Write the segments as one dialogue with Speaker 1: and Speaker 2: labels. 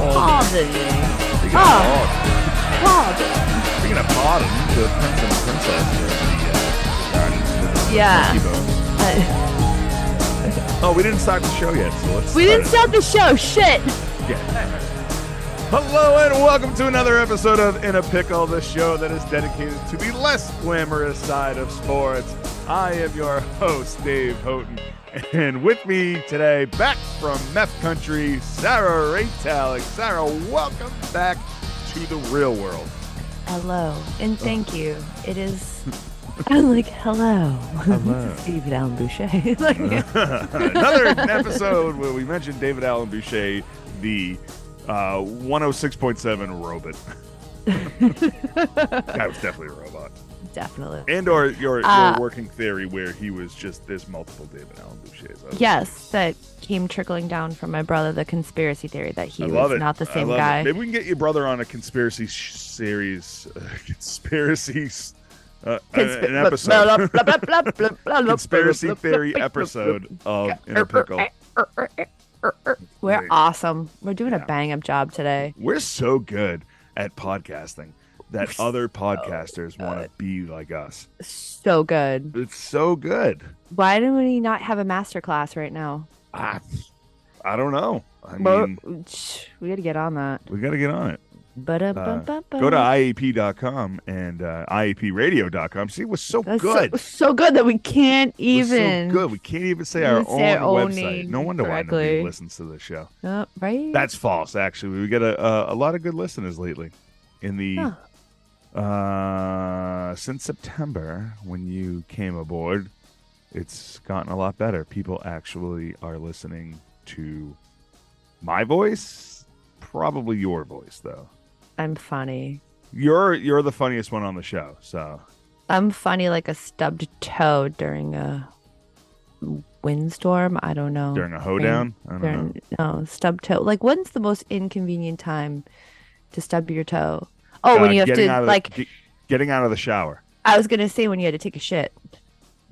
Speaker 1: and
Speaker 2: Speaking
Speaker 1: Oh.
Speaker 2: of
Speaker 1: pod.
Speaker 2: pod, speaking of pod, and the prince and princess were in the uh, Guardians of the
Speaker 1: Yeah.
Speaker 2: Milky Bones.
Speaker 1: Uh,
Speaker 2: Oh, we didn't start the show yet, so let's.
Speaker 1: we didn't
Speaker 2: start
Speaker 1: start the show. Shit.
Speaker 2: it. Yeah. Hello and welcome to another episode of In a Pickle, the show that is dedicated to the less glamorous side of sports. I am your host, Dave Houghton, and with me today, back from Meth Country, Sarah Ray Talik. Sarah, welcome back to the real world.
Speaker 1: Hello and thank you. It is. I'm like hello.
Speaker 2: Hello.
Speaker 1: This is David Allen Boucher. like,
Speaker 2: another episode where we mentioned David Allen Boucher, the uh, 106.7 robot. Guy was definitely a robot.
Speaker 1: definitely.
Speaker 2: And or your, your
Speaker 1: Uh,
Speaker 2: working theory where he was just there's multiple David Allen Bouchers. I was-
Speaker 1: Yes, that came trickling down from my brother. The conspiracy theory that he
Speaker 2: I
Speaker 1: was
Speaker 2: love it.
Speaker 1: not the
Speaker 2: I
Speaker 1: same
Speaker 2: love it.
Speaker 1: guy.
Speaker 2: Maybe we can get your brother on a conspiracy sh- series, uh, conspiracies, uh,
Speaker 1: Conspi-
Speaker 2: an
Speaker 1: blah,
Speaker 2: episode,
Speaker 1: blah, blah, blah, blah, blah, blah, blah, blah,
Speaker 2: conspiracy
Speaker 1: blah, blah,
Speaker 2: theory
Speaker 1: blah, blah,
Speaker 2: episode of In a
Speaker 1: blah,
Speaker 2: Pickle.
Speaker 1: blah, blah, blah, blah, blah, blah. We're
Speaker 2: Great.
Speaker 1: awesome. We're doing
Speaker 2: Yeah.
Speaker 1: a bang up job today.
Speaker 2: We're so good at podcasting that
Speaker 1: We're
Speaker 2: other podcasters want to be like us.
Speaker 1: So good.
Speaker 2: It's so good.
Speaker 1: Why do we not have a master class right now?
Speaker 2: I, I don't know. I
Speaker 1: Well,
Speaker 2: mean,
Speaker 1: sh- we got to get on that.
Speaker 2: we got to get on it.
Speaker 1: But
Speaker 2: Go to IAP.com and uh, IAPradio.com. See, it was so
Speaker 1: That's
Speaker 2: good.
Speaker 1: So, so good that we can't
Speaker 2: It was so
Speaker 1: even.
Speaker 2: good. We can't even say
Speaker 1: even
Speaker 2: our own
Speaker 1: say our own
Speaker 2: website.
Speaker 1: name
Speaker 2: No wonder why nobody
Speaker 1: correctly.
Speaker 2: listens to the show.
Speaker 1: Uh, right?
Speaker 2: That's false, actually. We got a, a, a lot of good listeners lately in the.
Speaker 1: Huh.
Speaker 2: Uh, since September, when you came aboard, it's gotten a lot better. People actually are listening to my voice, probably your voice though.
Speaker 1: I'm funny.
Speaker 2: You're you're the funniest one on the show, so
Speaker 1: I'm funny like a stubbed toe during a windstorm. I don't know.
Speaker 2: during a hoedown, I don't know.
Speaker 1: Oh, During- no, stubbed toe. Like, when's the most inconvenient time to stub your toe? Oh,
Speaker 2: Uh,
Speaker 1: when you have
Speaker 2: getting out
Speaker 1: to,
Speaker 2: of the-
Speaker 1: like,
Speaker 2: ge- getting out of the shower.
Speaker 1: I was going to say when you had to take a shit.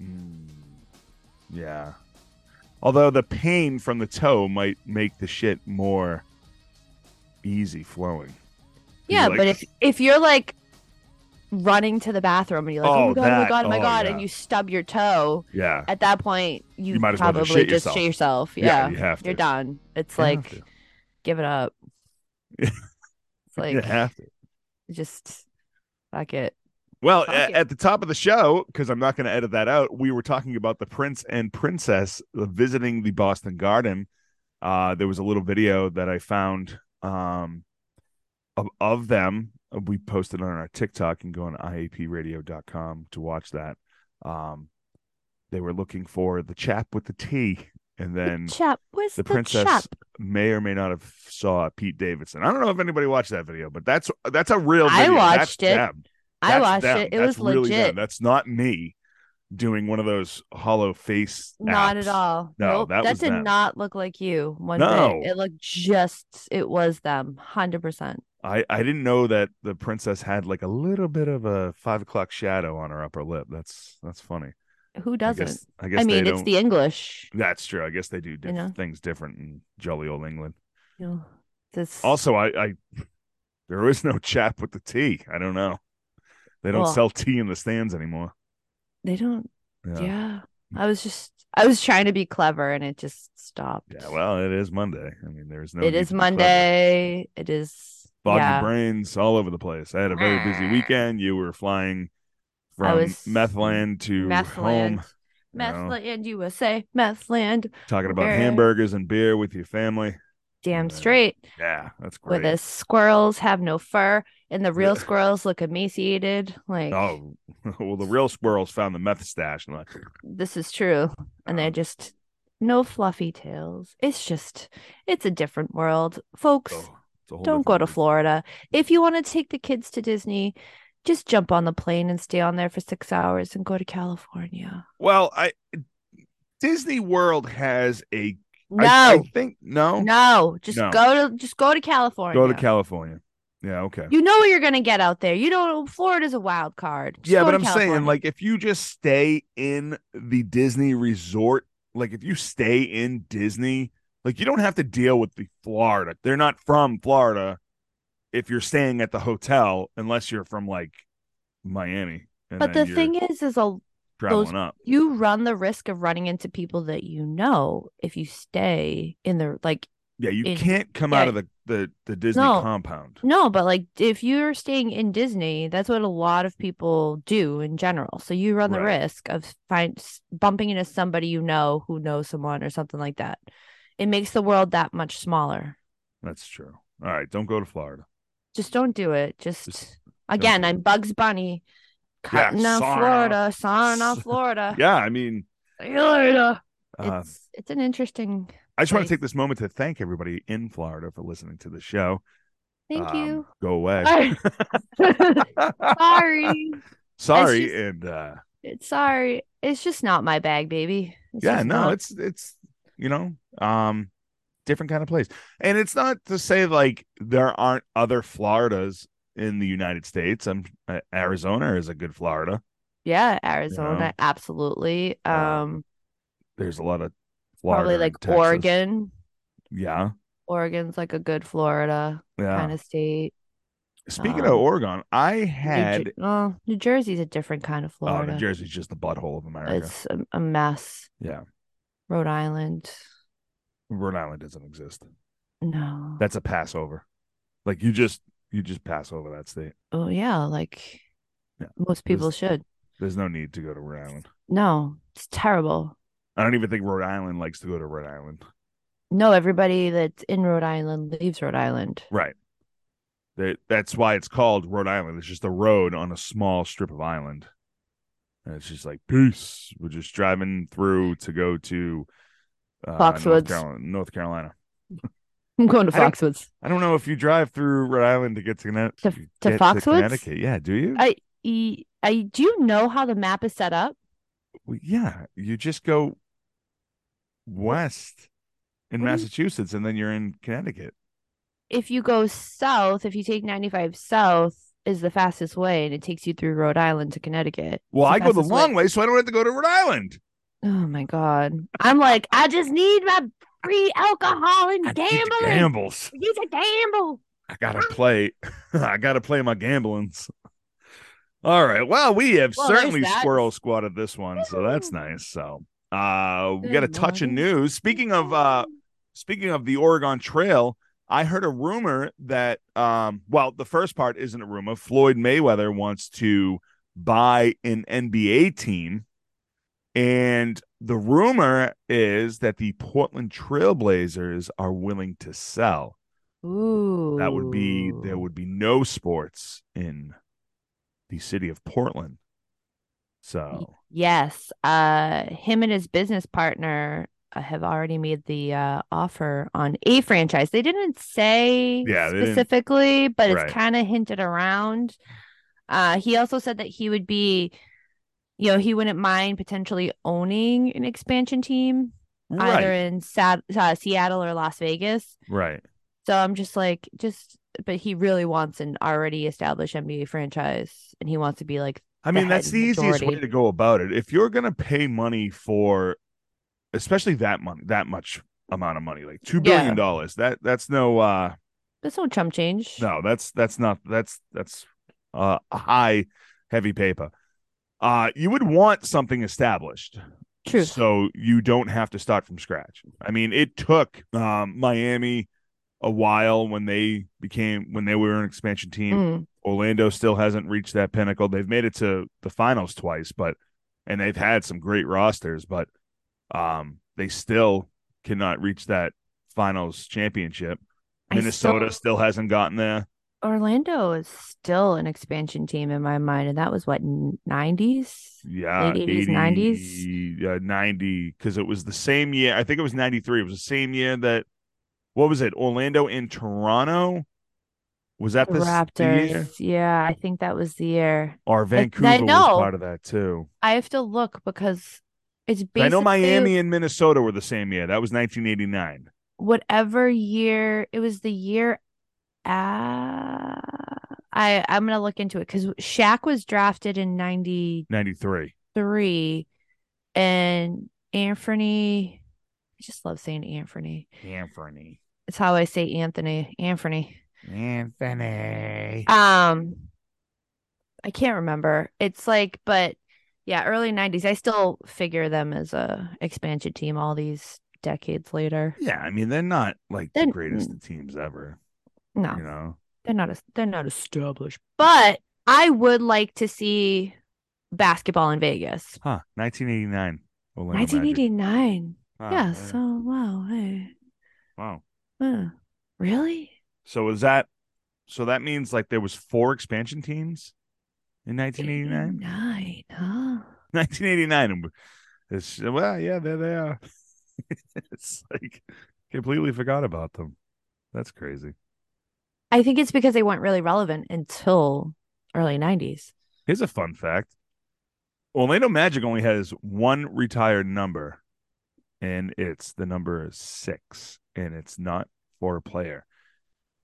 Speaker 2: Mm, yeah. Although the pain from the toe might make the shit more easy flowing.
Speaker 1: Yeah,
Speaker 2: like-
Speaker 1: but if if you're like running to the bathroom and you're like, oh,
Speaker 2: Oh,
Speaker 1: my god, oh
Speaker 2: that.
Speaker 1: my god, oh my
Speaker 2: Oh,
Speaker 1: god,
Speaker 2: yeah.
Speaker 1: and you stub your toe,
Speaker 2: Yeah.
Speaker 1: at that point you,
Speaker 2: You might as well
Speaker 1: probably
Speaker 2: just
Speaker 1: just
Speaker 2: shit
Speaker 1: shit
Speaker 2: yourself.
Speaker 1: yourself. Yeah,
Speaker 2: you have to.
Speaker 1: you're done. It's
Speaker 2: You have
Speaker 1: like
Speaker 2: to.
Speaker 1: give it up.
Speaker 2: Yeah.
Speaker 1: it's like
Speaker 2: you have to.
Speaker 1: just fuck it.
Speaker 2: Well,
Speaker 1: Fuck
Speaker 2: a-
Speaker 1: it.
Speaker 2: at the top of the show, because I'm not going to edit that out, we were talking about the prince and princess uh, visiting the Boston Garden. Uh, there was a little video that I found um, of, of them. We posted on our TikTok and go on IAPradio.com to watch that. Um, they were looking for the chap with the T, and then
Speaker 1: the chap, where's
Speaker 2: the
Speaker 1: the,
Speaker 2: princess
Speaker 1: chap?
Speaker 2: may or may not have saw Pete Davidson. I don't know if anybody watched that video, but that's that's a real.
Speaker 1: I
Speaker 2: Video. That's
Speaker 1: watched it.
Speaker 2: them.
Speaker 1: I
Speaker 2: That's
Speaker 1: watched
Speaker 2: them.
Speaker 1: it. It was
Speaker 2: That's really them.
Speaker 1: legit.
Speaker 2: That's not me doing one of those hollow face.
Speaker 1: Not
Speaker 2: apps.
Speaker 1: at all.
Speaker 2: No,
Speaker 1: nope.
Speaker 2: that
Speaker 1: that
Speaker 2: was
Speaker 1: did
Speaker 2: them.
Speaker 1: not look like you one
Speaker 2: No.
Speaker 1: bit. It looked just it was them, hundred percent.
Speaker 2: I I didn't know that the princess had like a little bit of a five o'clock shadow on her upper lip. That's that's funny.
Speaker 1: Who
Speaker 2: I
Speaker 1: doesn't?
Speaker 2: guess- I guess.
Speaker 1: I mean,
Speaker 2: they
Speaker 1: it's
Speaker 2: don't-
Speaker 1: the English.
Speaker 2: That's true. I guess they do diff-
Speaker 1: know?
Speaker 2: things different in jolly old England.
Speaker 1: you know, this
Speaker 2: Also, I, I there is no chap with the tea. I don't know. They don't
Speaker 1: Well-
Speaker 2: sell tea in the stands anymore.
Speaker 1: they don't yeah.
Speaker 2: yeah.
Speaker 1: i was just i was trying to be clever and it just stopped
Speaker 2: Yeah, well, it is Monday. I mean, there's no.
Speaker 1: it
Speaker 2: need
Speaker 1: is
Speaker 2: to be clever.
Speaker 1: monday it is
Speaker 2: Foggy
Speaker 1: yeah Ah.
Speaker 2: brains all over the place. I had a very busy weekend. You were flying from
Speaker 1: was
Speaker 2: Methland to home,
Speaker 1: methland
Speaker 2: you know,
Speaker 1: methland usa methland
Speaker 2: talking about
Speaker 1: Where-
Speaker 2: hamburgers and beer with your family.
Speaker 1: damn
Speaker 2: Yeah.
Speaker 1: straight
Speaker 2: Yeah, that's
Speaker 1: where
Speaker 2: great.
Speaker 1: the squirrels have no fur and the real
Speaker 2: Yeah.
Speaker 1: squirrels look emaciated like
Speaker 2: Oh, well, the real squirrels found the meth stash and like,
Speaker 1: this is true and
Speaker 2: Oh.
Speaker 1: they're just no fluffy tails it's just it's a different world folks
Speaker 2: oh, it's a whole
Speaker 1: don't go to
Speaker 2: different
Speaker 1: Florida. If you want to take the kids to Disney, just jump on the plane and stay on there for six hours and go to California.
Speaker 2: world. Well, I Disney World has a
Speaker 1: No,
Speaker 2: I- I think no.
Speaker 1: no, just
Speaker 2: No.
Speaker 1: go to just go to California.
Speaker 2: Go to California. Yeah, okay.
Speaker 1: You know what you're gonna get out there. You know Florida's a wild card. Just
Speaker 2: yeah,
Speaker 1: go
Speaker 2: but
Speaker 1: to
Speaker 2: I'm saying
Speaker 1: California.
Speaker 2: like if you just stay in the Disney resort, like if you stay in Disney, like you don't have to deal with the Florida. They're not from Florida. if you're staying at the hotel, unless you're from like Miami. and
Speaker 1: But
Speaker 2: then
Speaker 1: the
Speaker 2: you're
Speaker 1: thing is, is a
Speaker 2: traveling
Speaker 1: those-
Speaker 2: up.
Speaker 1: you run the risk of running into people that you know if you stay in the like
Speaker 2: Yeah, you
Speaker 1: in-
Speaker 2: can't come
Speaker 1: yeah.
Speaker 2: out of the the, the Disney
Speaker 1: No.
Speaker 2: compound.
Speaker 1: no, but like if you're staying in Disney, that's what a lot of people do in general. So you run the
Speaker 2: Right.
Speaker 1: risk of find s- bumping into somebody you know who knows someone or something like that. It makes the world that much smaller.
Speaker 2: That's true. All right, don't go to Florida.
Speaker 1: Just don't do it. Just,
Speaker 2: Just
Speaker 1: again,
Speaker 2: do it.
Speaker 1: I'm Bugs Bunny cutting out
Speaker 2: sauna.
Speaker 1: Florida, sauna Florida.
Speaker 2: Yeah, I mean,
Speaker 1: See you later.
Speaker 2: uh,
Speaker 1: Uh, it's it's an interesting.
Speaker 2: I just want
Speaker 1: place.
Speaker 2: to take this moment to thank everybody in Florida for listening to the show.
Speaker 1: Thank
Speaker 2: Um,
Speaker 1: you.
Speaker 2: Go away.
Speaker 1: sorry.
Speaker 2: Sorry,
Speaker 1: just-
Speaker 2: and uh,
Speaker 1: It's sorry. It's just not my bag, baby. It's
Speaker 2: yeah
Speaker 1: just
Speaker 2: no
Speaker 1: not.
Speaker 2: it's it's you know um different kind of place and it's not to say like there aren't other floridas in the united states i'm uh, arizona is a good florida
Speaker 1: yeah, Arizona, absolutely. Um,
Speaker 2: Um, there's a lot of florida
Speaker 1: probably
Speaker 2: in
Speaker 1: like
Speaker 2: Texas.
Speaker 1: Oregon.
Speaker 2: yeah
Speaker 1: Oregon's like a good Florida
Speaker 2: yeah
Speaker 1: kind of state.
Speaker 2: speaking
Speaker 1: um,
Speaker 2: of oregon i
Speaker 1: New Jer-
Speaker 2: had
Speaker 1: well, New Jersey's a different kind of
Speaker 2: oh
Speaker 1: Florida.
Speaker 2: new jersey's just the butthole of america
Speaker 1: it's a, a mess.
Speaker 2: Yeah.
Speaker 1: Rhode Island.
Speaker 2: rhode island doesn't exist
Speaker 1: No.
Speaker 2: that's a passover like you just you just pass over that state
Speaker 1: oh yeah, like
Speaker 2: Yeah,
Speaker 1: most people
Speaker 2: there's-
Speaker 1: should.
Speaker 2: there's no need to go to rhode island
Speaker 1: No, it's terrible.
Speaker 2: i don't even think rhode island likes to go to rhode island
Speaker 1: No, everybody that's in Rhode Island leaves Rhode Island.
Speaker 2: Right. That that's why it's called Rhode Island. It's just a road on a small strip of island. And it's just like peace. We're just driving through to go to uh, North
Speaker 1: Foxwoods.
Speaker 2: Carolina, North Carolina.
Speaker 1: I'm going to
Speaker 2: I don't-
Speaker 1: Foxwoods.
Speaker 2: I don't know if you drive through Rhode Island to get to, Conne-
Speaker 1: To-
Speaker 2: get
Speaker 1: to Foxwoods?
Speaker 2: Connecticut. Yeah, do you?
Speaker 1: I, e- I do you know how the map is set up?
Speaker 2: Well, yeah, you just go west in
Speaker 1: What do you-
Speaker 2: Massachusetts, and then you're in Connecticut.
Speaker 1: If you go south, if you take 95 south, is the fastest way, and it takes you through Rhode Island to Connecticut.
Speaker 2: Well,
Speaker 1: It's
Speaker 2: I go the
Speaker 1: fastest way.
Speaker 2: long way, so I don't have to go to Rhode Island.
Speaker 1: Oh my god! I'm like, I just need my free alcohol and
Speaker 2: I need to
Speaker 1: gambling.
Speaker 2: Gambles.
Speaker 1: I need to gamble.
Speaker 2: I gotta play. I gotta play my gamblings. All right. Well, we have
Speaker 1: Well, there's
Speaker 2: certainly
Speaker 1: that.
Speaker 2: squirrel squatted this one, so that's nice. So uh we got a
Speaker 1: Good
Speaker 2: touch of
Speaker 1: morning.
Speaker 2: news. Speaking of uh speaking of the Oregon Trail, I heard a rumor that um well, the first part isn't a rumor. Floyd Mayweather wants to buy an NBA team. And the rumor is that the Portland Trailblazers are willing to sell
Speaker 1: Ooh,
Speaker 2: that would be there would be no sports in the city of Portland. So
Speaker 1: Yes. Uh, him and his business partner uh, have already made the uh, offer on a franchise. They didn't say
Speaker 2: Yeah, they didn't-
Speaker 1: specifically, but
Speaker 2: Right.
Speaker 1: it's kind of hinted around. Uh, he also said that he would be, you know, he wouldn't mind potentially owning an expansion team
Speaker 2: right,
Speaker 1: either in Sa- uh, Seattle or Las Vegas.
Speaker 2: right,
Speaker 1: So I'm just like, just, but he really wants an already established NBA franchise, and he wants to be like
Speaker 2: I mean
Speaker 1: the
Speaker 2: that's
Speaker 1: head
Speaker 2: the easiest way
Speaker 1: majority.
Speaker 2: to go about it. If you're gonna pay money for, especially that money, that much amount of money, like two billion dollars, that that's no, uh
Speaker 1: That's no chump change.
Speaker 2: no, that's that's not that's that's uh high heavy paper. Uh, you would want something established.
Speaker 1: Truth.
Speaker 2: So you don't have to start from scratch. I mean, it took um, Miami a while when they became when they were an expansion team.
Speaker 1: Mm.
Speaker 2: Orlando still hasn't reached that pinnacle. They've made it to the finals twice, but and they've had some great rosters, but um, they still cannot reach that finals championship.
Speaker 1: I
Speaker 2: Minnesota
Speaker 1: still-
Speaker 2: still hasn't gotten there.
Speaker 1: Orlando is still an expansion team in my mind, and that was what nineties.
Speaker 2: Yeah,
Speaker 1: Late 80s, 90s?
Speaker 2: 80, uh, 90 because it was the same year. I think it was 93. It was the same year that what was it? Orlando and Toronto was that
Speaker 1: The
Speaker 2: the s- the year?
Speaker 1: Raptors. Yeah, I think that was the year.
Speaker 2: or Vancouver was
Speaker 1: know.
Speaker 2: part of that too.
Speaker 1: I have to look because it's
Speaker 2: 'Cause
Speaker 1: basically
Speaker 2: I know Miami and Minnesota were the same year. That was 1989.
Speaker 1: whatever year it was. The year uh, I I'm gonna look into it because Shaq was drafted in ninety
Speaker 2: 93.
Speaker 1: three, and Anthony. I just love saying Anthony.
Speaker 2: Anthony.
Speaker 1: It's how I say Anthony. Anthony.
Speaker 2: Anthony.
Speaker 1: Um, I can't remember. It's like, but yeah, early '90s. I still figure them as a expansion team all these decades later.
Speaker 2: Yeah, I mean they're not like the
Speaker 1: Then-
Speaker 2: greatest of teams ever.
Speaker 1: No,
Speaker 2: You know,
Speaker 1: they're not. es- They're not established. But I would like to see basketball in Vegas.
Speaker 2: huh? 1989. Orlando Magic.
Speaker 1: 1989.
Speaker 2: Wow,
Speaker 1: yeah. So wow. Hey.
Speaker 2: wow.
Speaker 1: huh. Really?
Speaker 2: So is that? So that means like there was four expansion teams in 1989.
Speaker 1: 89, huh?
Speaker 2: 1989. and It's well, yeah, there they are. it's like completely forgot about them. That's crazy.
Speaker 1: I think it's because they weren't really relevant until early 90s.
Speaker 2: Here's a fun fact: Orlando Magic only has one retired number, and it's the number six, and it's not for a player.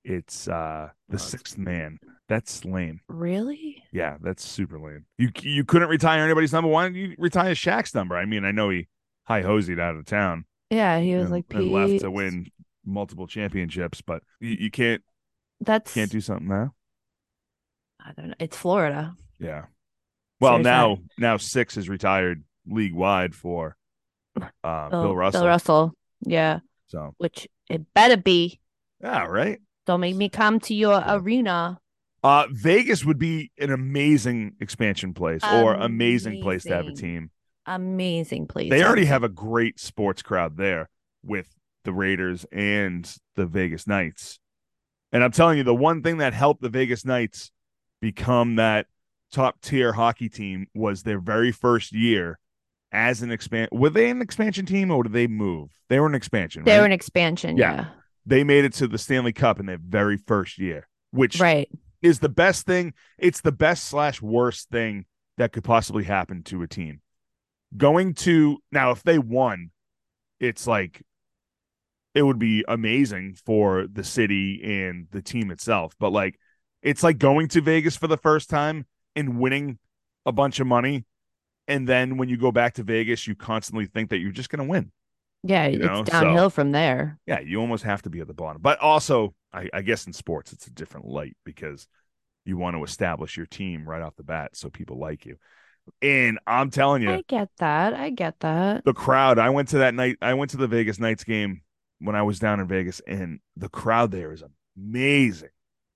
Speaker 2: It's uh the
Speaker 1: Wow.
Speaker 2: sixth man. That's lame.
Speaker 1: Really?
Speaker 2: Yeah, that's super lame. You you couldn't retire anybody's number. Why didn't you retire Shaq's number? I mean, I know he high hosied out of town.
Speaker 1: Yeah, he was
Speaker 2: and,
Speaker 1: like
Speaker 2: and left
Speaker 1: "Peace."
Speaker 2: to win multiple championships, but you, you can't
Speaker 1: That's
Speaker 2: can't do something now.
Speaker 1: I don't know. It's Florida.
Speaker 2: Yeah. Well,
Speaker 1: Seriously.
Speaker 2: now now six is retired league wide for uh, Bill, Russell.
Speaker 1: Bill Russell. Yeah,
Speaker 2: So
Speaker 1: which it better be.
Speaker 2: yeah, right.
Speaker 1: Don't make me come to your
Speaker 2: Yeah.
Speaker 1: arena.
Speaker 2: Uh, Vegas would be an amazing expansion place or amazing place to have a
Speaker 1: Amazing.
Speaker 2: team.
Speaker 1: Amazing place.
Speaker 2: They already have a great sports crowd there with the Raiders and the Vegas Knights. And I'm telling you, the one thing that helped the Vegas Knights become that top tier hockey team was their very first year as an expand. Were they an expansion team or did they move? They were an expansion.
Speaker 1: They
Speaker 2: right?
Speaker 1: were an expansion.
Speaker 2: Yeah.
Speaker 1: Yeah.
Speaker 2: they made it to the Stanley Cup in their very first year, which
Speaker 1: Right.
Speaker 2: is the best thing. It's the best slash worst thing that could possibly happen to a team. Going to now, if they won, it's like it would be amazing for the city and the team itself. But like, it's like going to Vegas for the first time and winning a bunch of money. And then when you go back to Vegas, you constantly think that you're just going to win
Speaker 1: Yeah.
Speaker 2: You
Speaker 1: It's
Speaker 2: know, so-
Speaker 1: downhill from there.
Speaker 2: yeah, you almost have to be at the bottom. But also, I, I guess in sports, it's a different light because you want to establish your team right off the bat so people like you. And I'm telling you,
Speaker 1: I get that. I get that.
Speaker 2: the crowd, I went to that night, I went to the Vegas Knights game when I was down in Vegas, and the crowd there is amazing,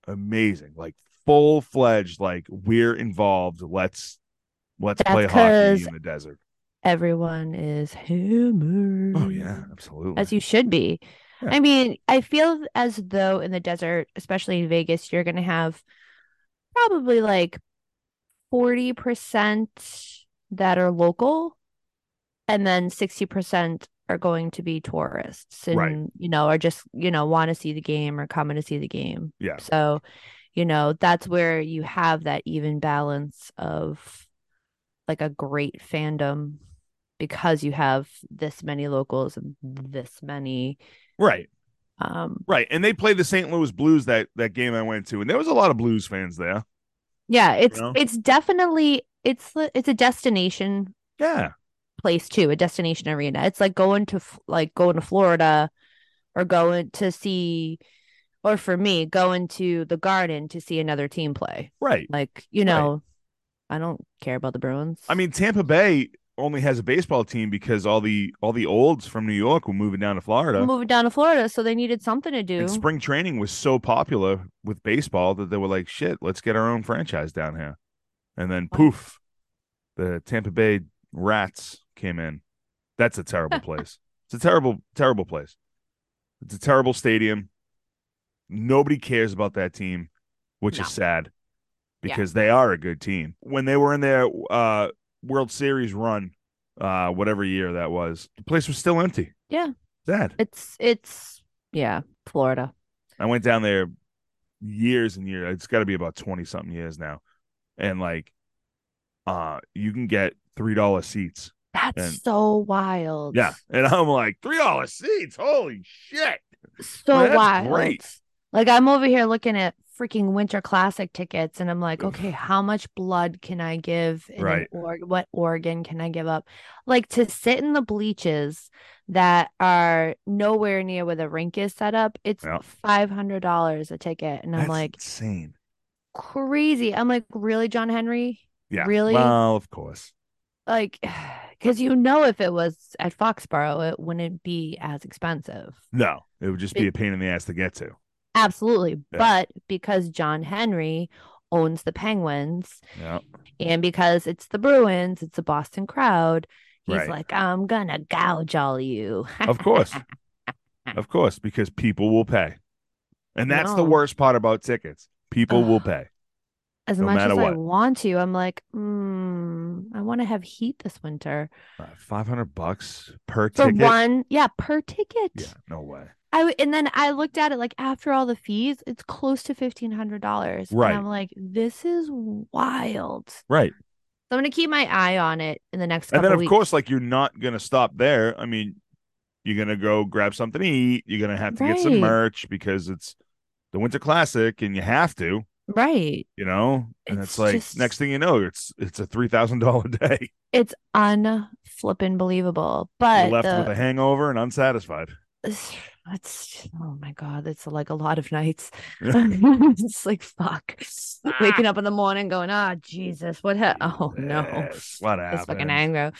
Speaker 2: amazing, like full fledged, like we're involved. Let's let's
Speaker 1: That's
Speaker 2: play hockey
Speaker 1: 'cause-
Speaker 2: in the desert.
Speaker 1: Everyone is hammered.
Speaker 2: Oh yeah, absolutely.
Speaker 1: Mm-hmm. as you should be.
Speaker 2: Yeah.
Speaker 1: I mean, I feel as though in the desert, especially in Vegas, you're going to have probably like 40% that are local and then 60% are going to be tourists and
Speaker 2: Right.
Speaker 1: you know are just you know want to see the game or coming to see the game
Speaker 2: Yeah.
Speaker 1: so you know that's where you have that even balance of like a great fandom because you have this many locals and this many
Speaker 2: right.
Speaker 1: um
Speaker 2: Right. And they played the St. Louis Blues that that game I went to, and there was a lot of blues fans there.
Speaker 1: yeah it's
Speaker 2: know?
Speaker 1: it's definitely it's the- it's a destination
Speaker 2: Yeah.
Speaker 1: place too a destination arena it's like going to F- like going to florida or going to see or for me going to the garden to see another team play
Speaker 2: Right.
Speaker 1: like you
Speaker 2: Right.
Speaker 1: know i don't care about the bruins
Speaker 2: I mean, Tampa Bay only has a baseball team because all the all the olds from New York were moving down to Florida.
Speaker 1: moving down to florida so they needed something to do
Speaker 2: And spring training was so popular with baseball that they were like, shit, let's get our own franchise down here. And then
Speaker 1: Wow.
Speaker 2: poof, the Tampa Bay rats came in. That's a terrible place. It's a terrible, terrible place. It's a terrible stadium. Nobody cares about that team, which
Speaker 1: No.
Speaker 2: is sad
Speaker 1: Yeah.
Speaker 2: because they are a good team. When they were in their uh, World Series run, uh, whatever year that was, the place was still empty.
Speaker 1: Yeah.
Speaker 2: Sad.
Speaker 1: it's it's yeah florida
Speaker 2: I went down there years and years. It's got to be about 20 something years now. And like uh you can get $3 seats.
Speaker 1: That's
Speaker 2: And-
Speaker 1: so wild.
Speaker 2: Yeah. And I'm like, $3 seats. Holy shit.
Speaker 1: So
Speaker 2: Well, that's
Speaker 1: wild.
Speaker 2: great.
Speaker 1: Like I'm over here looking at freaking winter classic tickets and i'm like
Speaker 2: Oof.
Speaker 1: okay how much blood can i give in an
Speaker 2: Right.
Speaker 1: org- what organ can i give up like to sit in the bleachers that are nowhere near where the rink is set up it's
Speaker 2: Yeah.
Speaker 1: $500 a ticket and i'm
Speaker 2: That's
Speaker 1: like
Speaker 2: insane.
Speaker 1: crazy i'm like really john henry
Speaker 2: Yeah.
Speaker 1: really?
Speaker 2: Well, of course.
Speaker 1: like because you know if it was at foxborough it wouldn't be as expensive
Speaker 2: No, it would just be
Speaker 1: Big-
Speaker 2: a pain in the ass to get to.
Speaker 1: Absolutely.
Speaker 2: Yeah.
Speaker 1: But because John Henry owns the Penguins
Speaker 2: Yeah.
Speaker 1: and because it's the Bruins, it's a Boston crowd, he's
Speaker 2: Right.
Speaker 1: like, I'm going to gouge all you.
Speaker 2: Of course. of course, because people will pay. And that's the
Speaker 1: No.
Speaker 2: worst part about tickets. People will
Speaker 1: Ugh.
Speaker 2: pay.
Speaker 1: As
Speaker 2: no
Speaker 1: much
Speaker 2: matter
Speaker 1: as I
Speaker 2: what.
Speaker 1: want to, I'm like, mm, I want to have heat this winter
Speaker 2: Uh, 500 bucks per
Speaker 1: for
Speaker 2: ticket.
Speaker 1: one. Yeah, per ticket.
Speaker 2: Yeah, no way.
Speaker 1: I w- and then I looked at it like after all the fees, it's close to fifteen hundred dollars.
Speaker 2: Right.
Speaker 1: And I'm like, this is wild. So
Speaker 2: Right.
Speaker 1: I'm gonna keep my eye on it in the next
Speaker 2: And
Speaker 1: couple
Speaker 2: then, of
Speaker 1: weeks.
Speaker 2: course, like you're not going to stop there. I mean, you're going to go grab something to eat. You're going to have to get some
Speaker 1: Right.
Speaker 2: merch because it's the Winter Classic and you have to,
Speaker 1: right.
Speaker 2: you know? And it's,
Speaker 1: It's
Speaker 2: like,
Speaker 1: just-
Speaker 2: next thing you know, it's it's a $3,000 day.
Speaker 1: it's unflippin' believable.
Speaker 2: You're
Speaker 1: But
Speaker 2: left
Speaker 1: the-
Speaker 2: with a hangover and unsatisfied.
Speaker 1: it's oh my god, it's like a lot of nights. it's like fuck,
Speaker 3: Ah.
Speaker 1: waking up in the morning going, ah, Jesus, what? Ha- oh no,
Speaker 2: Yes, What
Speaker 1: it's fucking
Speaker 2: happened?
Speaker 1: anger.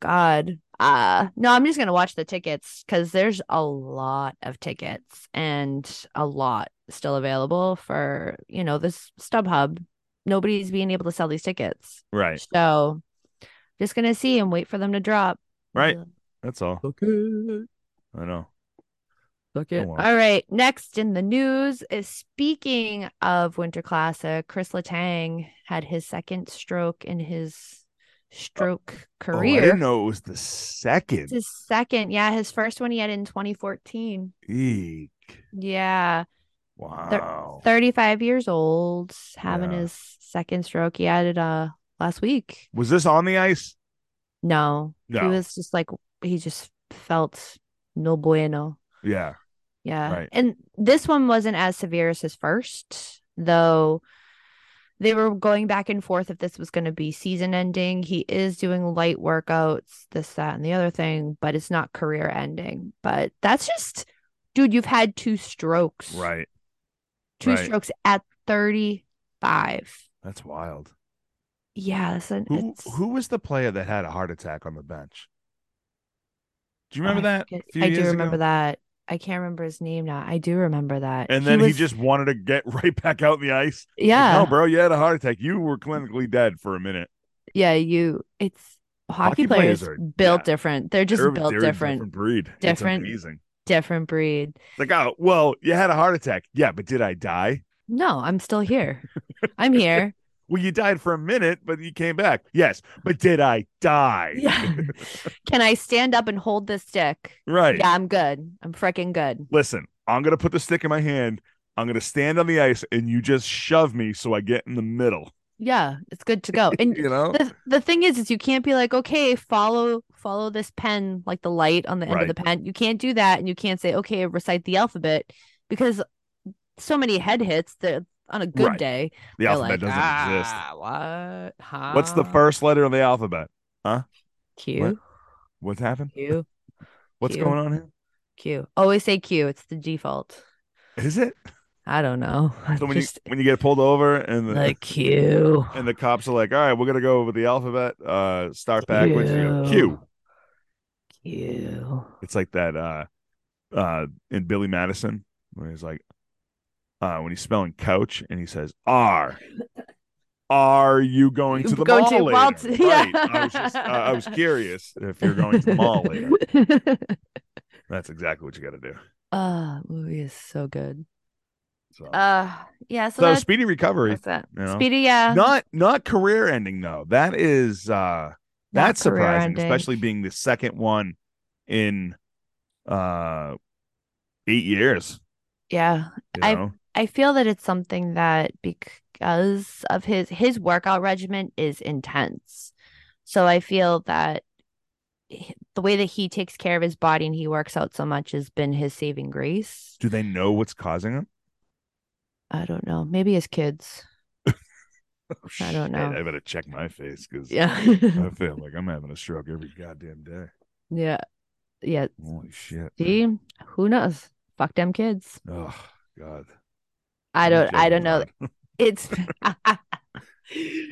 Speaker 1: God, uh, no, I'm just gonna watch the tickets because there's a lot of tickets and a lot still available for you know this StubHub. Nobody's being able to sell these tickets,
Speaker 2: Right.
Speaker 1: so just gonna see and wait for them to drop. and
Speaker 2: Right.
Speaker 1: be like,
Speaker 2: That's all.
Speaker 1: Okay.
Speaker 2: I know.
Speaker 1: Fuck
Speaker 2: it.
Speaker 1: All right. Next in the news is speaking of Winter Classic, Chris Letang had his second stroke in his stroke
Speaker 2: Oh, I
Speaker 1: career.
Speaker 2: didn't know it was the
Speaker 1: It's
Speaker 2: second.
Speaker 1: his second. Yeah. His first one he had in 2014.
Speaker 2: Eek.
Speaker 1: Yeah.
Speaker 2: Wow.
Speaker 1: 35 years old, having
Speaker 2: Oh. Yeah.
Speaker 1: his second stroke. He had it uh, last week.
Speaker 2: was this on the ice?
Speaker 1: No. He
Speaker 2: No.
Speaker 1: was just like, he just felt no bueno.
Speaker 2: Yeah.
Speaker 1: Yeah.
Speaker 2: Right.
Speaker 1: And this one wasn't as severe as his first, though they were going back and forth if this was going to be season ending. He is doing light workouts, this, that, and the other thing, but it's not career ending. But that's just, dude, you've had two strokes,
Speaker 2: Right.
Speaker 1: two
Speaker 2: right.
Speaker 1: strokes at 35.
Speaker 2: That's wild.
Speaker 1: Yeah. It's an,
Speaker 2: Who
Speaker 1: it's,
Speaker 2: who was the player that had a heart attack on the bench? Do you remember
Speaker 1: I
Speaker 2: that?
Speaker 1: forget-
Speaker 2: a few
Speaker 1: I do
Speaker 2: years
Speaker 1: remember
Speaker 2: ago?
Speaker 1: that. I can't remember his name now. I do remember that.
Speaker 2: And then he,
Speaker 1: was-
Speaker 2: just wanted to get right back out in the ice.
Speaker 1: yeah.
Speaker 2: No, bro, you had a heart attack. You were clinically dead for a minute.
Speaker 1: yeah, you it's hockey,
Speaker 2: Hockey players
Speaker 1: players,
Speaker 2: are-
Speaker 1: built
Speaker 2: yeah.
Speaker 1: different. They're just
Speaker 2: They're-
Speaker 1: built
Speaker 2: they're a
Speaker 1: different,
Speaker 2: different breed.
Speaker 1: different-
Speaker 2: It's amazing.
Speaker 1: different breed.
Speaker 2: Like, oh, well, you had a heart attack. Yeah, but did I die?
Speaker 1: No, I'm still here. I'm here.
Speaker 2: Well, you died for a minute, but you came back. Yes, but did I die?
Speaker 1: Yeah. Can I stand up and hold this stick?
Speaker 2: Right.
Speaker 1: Yeah, I'm good. I'm freaking good.
Speaker 2: Listen, I'm going to put the stick in my hand. I'm going to stand on the ice and you just shove me so I get in the middle.
Speaker 1: Yeah, it's good to go. And
Speaker 2: You know?
Speaker 1: the the thing is is you can't be like, "Okay, follow follow this pen like the light on the end
Speaker 2: Right.
Speaker 1: of the pen." You can't do that and you can't say, "Okay, recite the alphabet" because so many head hits that on a good
Speaker 2: Right.
Speaker 1: day,
Speaker 2: The
Speaker 1: they're
Speaker 2: alphabet
Speaker 1: like,
Speaker 2: doesn't exist.
Speaker 1: "Ah, What? Huh?
Speaker 2: What's the first letter of the alphabet?
Speaker 1: Q?
Speaker 2: What? What's happened?
Speaker 1: Q,
Speaker 2: What's
Speaker 1: Q.
Speaker 2: going on here?
Speaker 1: Q. Always say Q. It's the default.
Speaker 2: Is it?
Speaker 1: I don't know.
Speaker 2: So when
Speaker 1: Just
Speaker 2: you when you get pulled over and the
Speaker 1: like Q.
Speaker 2: and the cops are like, "All right, we're going to go with the alphabet. Uh start backwards." You go,
Speaker 1: Q.
Speaker 2: Q.
Speaker 1: Q.
Speaker 2: It's like that uh uh in Billy Madison when he's like uh when he's spelling couch and he says R. Are you going to the
Speaker 1: Go
Speaker 2: mall
Speaker 1: to-
Speaker 2: later?
Speaker 1: well, t-
Speaker 2: Right.
Speaker 1: yeah.
Speaker 2: I was just uh, I was curious if you're going to the mall later. That's exactly what you got to do.
Speaker 1: Ah, movie is so good.
Speaker 2: So,
Speaker 1: Uh, yeah. So,
Speaker 2: so
Speaker 1: that's,
Speaker 2: speedy recovery.
Speaker 1: that's that.
Speaker 2: you know.
Speaker 1: Speedy. uh, Yeah.
Speaker 2: Not not career ending though. That is uh
Speaker 1: Not
Speaker 2: that's
Speaker 1: career
Speaker 2: surprising,
Speaker 1: ending.
Speaker 2: especially being the second one in uh 8 years,
Speaker 1: Yeah.
Speaker 2: you
Speaker 1: I've-
Speaker 2: know.
Speaker 1: I feel that it's something that because of his his workout regimen is intense. So I feel that h- the way that he takes care of his body and he works out so much has been his saving grace.
Speaker 2: Do they know what's causing it?
Speaker 1: I don't know. Maybe as kids. I don't know.
Speaker 2: Oh, I better check my face because
Speaker 1: Yeah.
Speaker 2: I feel like I'm having a stroke every goddamn day.
Speaker 1: yeah. Yeah.
Speaker 2: Holy shit.
Speaker 1: See, who knows? Fuck them kids.
Speaker 2: Oh God.
Speaker 1: I
Speaker 2: I'm
Speaker 1: don't I
Speaker 2: joking,
Speaker 1: don't know.
Speaker 2: God.
Speaker 1: It's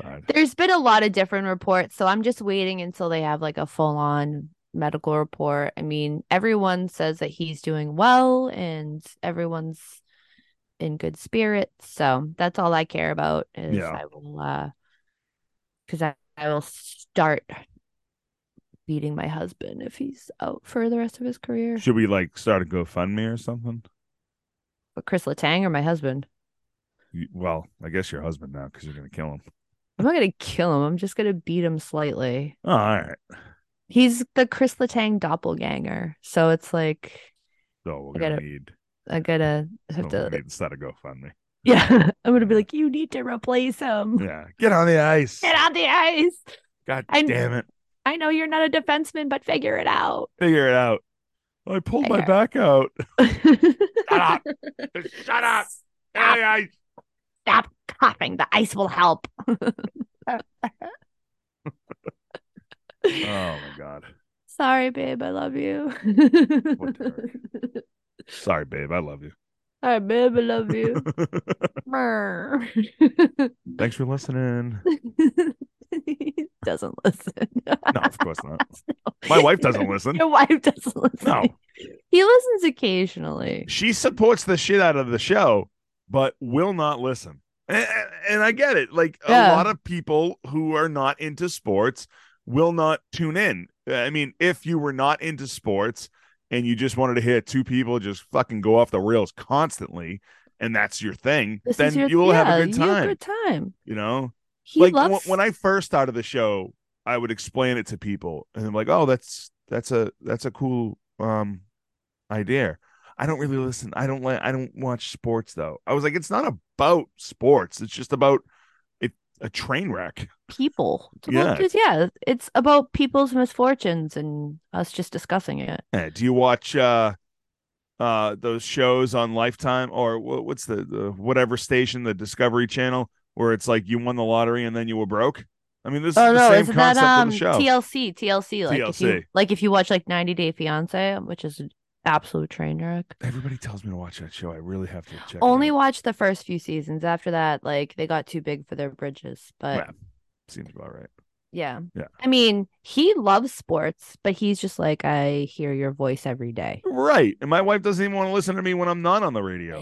Speaker 2: God.
Speaker 1: there's been a lot of different reports, so I'm just waiting until they have like a full on medical report. I mean, everyone says that he's doing well and everyone's in good spirits. So that's all I care about is
Speaker 2: Yeah.
Speaker 1: I will uh because I, I will start beating my husband if he's out for the rest of his career.
Speaker 2: Should we like start a GoFundMe or something?
Speaker 1: Chris Letang or my husband.
Speaker 2: You- Well, I guess your husband now because you're gonna kill him.
Speaker 1: I'm not gonna kill him. I'm just gonna beat him slightly.
Speaker 2: Oh, all right.
Speaker 1: He's the Chris Letang doppelganger, so it's like
Speaker 2: So we're
Speaker 1: I
Speaker 2: gonna
Speaker 1: gotta
Speaker 2: need.
Speaker 1: I gotta have
Speaker 2: Have
Speaker 1: to.
Speaker 2: need to start a GoFundMe.
Speaker 1: Yeah, I'm gonna be
Speaker 2: Yeah.
Speaker 1: like, you need to replace him.
Speaker 2: Yeah, get on the ice.
Speaker 1: Get on the ice.
Speaker 2: God
Speaker 1: I-
Speaker 2: damn it!
Speaker 1: I know you're not a defenseman, but figure it out.
Speaker 2: Figure it out. I pulled my
Speaker 1: Figure-
Speaker 2: back out. Shut
Speaker 1: Stop.
Speaker 2: up! Just Shut up! Get on the ice.
Speaker 1: Stop coughing. The ice will help.
Speaker 2: Oh my god.
Speaker 1: Sorry, babe. I love you.
Speaker 2: What the Sorry, babe. I love you.
Speaker 1: All right, babe. I love you. Brr.
Speaker 2: Thanks for listening.
Speaker 1: doesn't listen.
Speaker 2: No, of course not. My wife doesn't listen.
Speaker 1: Your wife doesn't listen.
Speaker 2: No,
Speaker 1: He listens occasionally.
Speaker 2: she supports the shit out of the show, but will not listen. And, and I get it. Like
Speaker 1: Yeah.
Speaker 2: a lot of people who are not into sports will not tune in. I mean, if you were not into sports and you just wanted to hear two people just fucking go off the rails constantly, and that's your thing,
Speaker 1: This
Speaker 2: then
Speaker 1: is your,
Speaker 2: you will have
Speaker 1: yeah,
Speaker 2: a good
Speaker 1: you
Speaker 2: time.
Speaker 1: good time.
Speaker 2: you know,
Speaker 1: He
Speaker 2: like
Speaker 1: loves
Speaker 2: when, when I first started the show, I would explain it to people, and I'm like, "Oh, that's that's a that's a cool um idea." I don't really listen. I don't like. I don't watch sports though. I was like, "It's not about sports. It's just about it, a train wreck."
Speaker 1: people. It's about
Speaker 2: Yeah.
Speaker 1: just- yeah, it's about people's misfortunes and us just discussing it.
Speaker 2: Eh, do you watch uh uh those shows on Lifetime or wha- what's the, the whatever station, the Discovery Channel, where it's like you won the lottery and then you were broke? I mean, this
Speaker 1: oh
Speaker 2: is the
Speaker 1: no,
Speaker 2: same
Speaker 1: isn't
Speaker 2: concept
Speaker 1: that um
Speaker 2: of the show.
Speaker 1: TLC? TLC, like if you
Speaker 2: TLC.
Speaker 1: like if you watch like 90 Day Fiance, which is an absolute train wreck.
Speaker 2: Everybody tells me to watch that show. I really have to check. it
Speaker 1: Only
Speaker 2: out.
Speaker 1: watch the first few seasons. After that, like they got too big for their bridges. But
Speaker 2: Well, seems about right.
Speaker 1: yeah.
Speaker 2: Yeah.
Speaker 1: I mean, he loves sports, but he's just like, I hear your voice every day.
Speaker 2: Right. And my wife doesn't even want to listen to me when I'm not on the radio.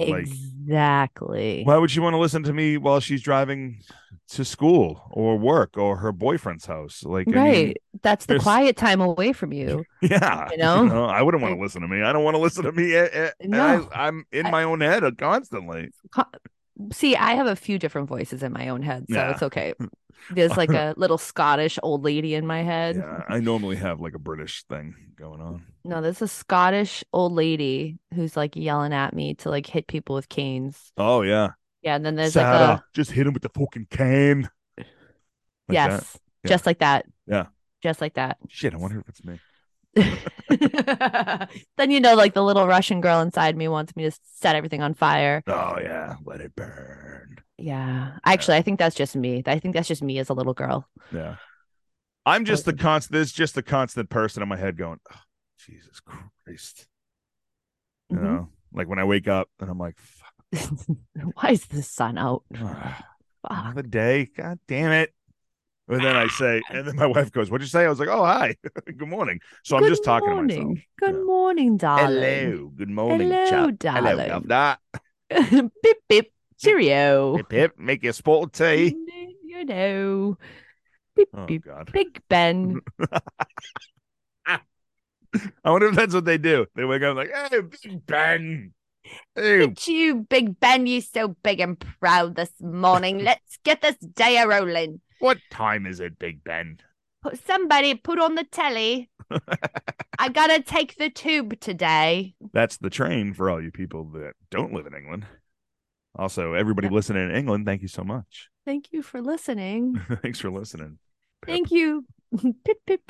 Speaker 1: exactly.
Speaker 2: Like, why would she want to listen to me while she's driving to school or work or her boyfriend's house? Like, I mean,
Speaker 1: right. That's the
Speaker 2: there's-
Speaker 1: quiet time away from you.
Speaker 2: yeah.
Speaker 1: You know?
Speaker 2: I wouldn't want to
Speaker 1: Like-
Speaker 2: listen to me. I don't want to listen to me. eh, eh, and
Speaker 1: No.
Speaker 2: I, I'm in
Speaker 1: I-
Speaker 2: my own head constantly.
Speaker 1: See, I have a few different voices in my own head, so
Speaker 2: Yeah.
Speaker 1: it's okay. There's like a little Scottish old lady in my head.
Speaker 2: Yeah. I normally have like a British thing going on.
Speaker 1: No, there's a Scottish old lady who's like yelling at me to like hit people with canes.
Speaker 2: Oh, yeah.
Speaker 1: Yeah, and then there's
Speaker 2: Sarah,
Speaker 1: like a
Speaker 2: just hit him with the fucking cane. Like
Speaker 1: yes,
Speaker 2: that. Yeah.
Speaker 1: just like that.
Speaker 2: Yeah.
Speaker 1: just like that.
Speaker 2: Shit. I wonder if it's me.
Speaker 1: then you know, like the little Russian girl inside me wants me to set everything on fire.
Speaker 2: Oh, yeah. Let it burn.
Speaker 1: Yeah, actually, I think that's just me. I think that's just me as a little girl.
Speaker 2: Yeah. I'm just the
Speaker 1: Okay.
Speaker 2: constant there's just the constant person in my head going, oh, Jesus Christ. You
Speaker 1: Mhm.
Speaker 2: know? Like when I wake up and I'm like, "Fuck,
Speaker 1: Why is the sun out?
Speaker 2: ah,
Speaker 1: Fuck.
Speaker 2: another day. God damn it. And then I say, and then my wife goes, What'd you say? I was like, Oh hi. Good morning. So I'm
Speaker 1: Good
Speaker 2: just talking to myself.
Speaker 1: morning. Good
Speaker 2: Yeah.
Speaker 1: morning, darling.
Speaker 2: Hello. Good morning,
Speaker 1: Hello,
Speaker 2: chap. Hello,
Speaker 1: darling.
Speaker 2: governor.
Speaker 1: beep beep. Cheerio.
Speaker 2: Hip hip, make your sport tea.
Speaker 1: You know, beep
Speaker 2: Oh
Speaker 1: beep.
Speaker 2: God.
Speaker 1: Big Ben.
Speaker 2: I wonder if that's what they do. They wake up like, hey, Big Ben. Hey,
Speaker 1: Look at you, Big Ben. You so big and proud this morning. Let's get this day a rolling.
Speaker 2: what time is it, Big Ben?
Speaker 1: Put somebody put on the telly. I gotta take the tube today.
Speaker 2: That's the train for all you people that don't live in England. Also, everybody listening in England, thank you so much.
Speaker 1: Thank you for listening.
Speaker 2: Thanks for listening.
Speaker 1: Thank you. pip pip.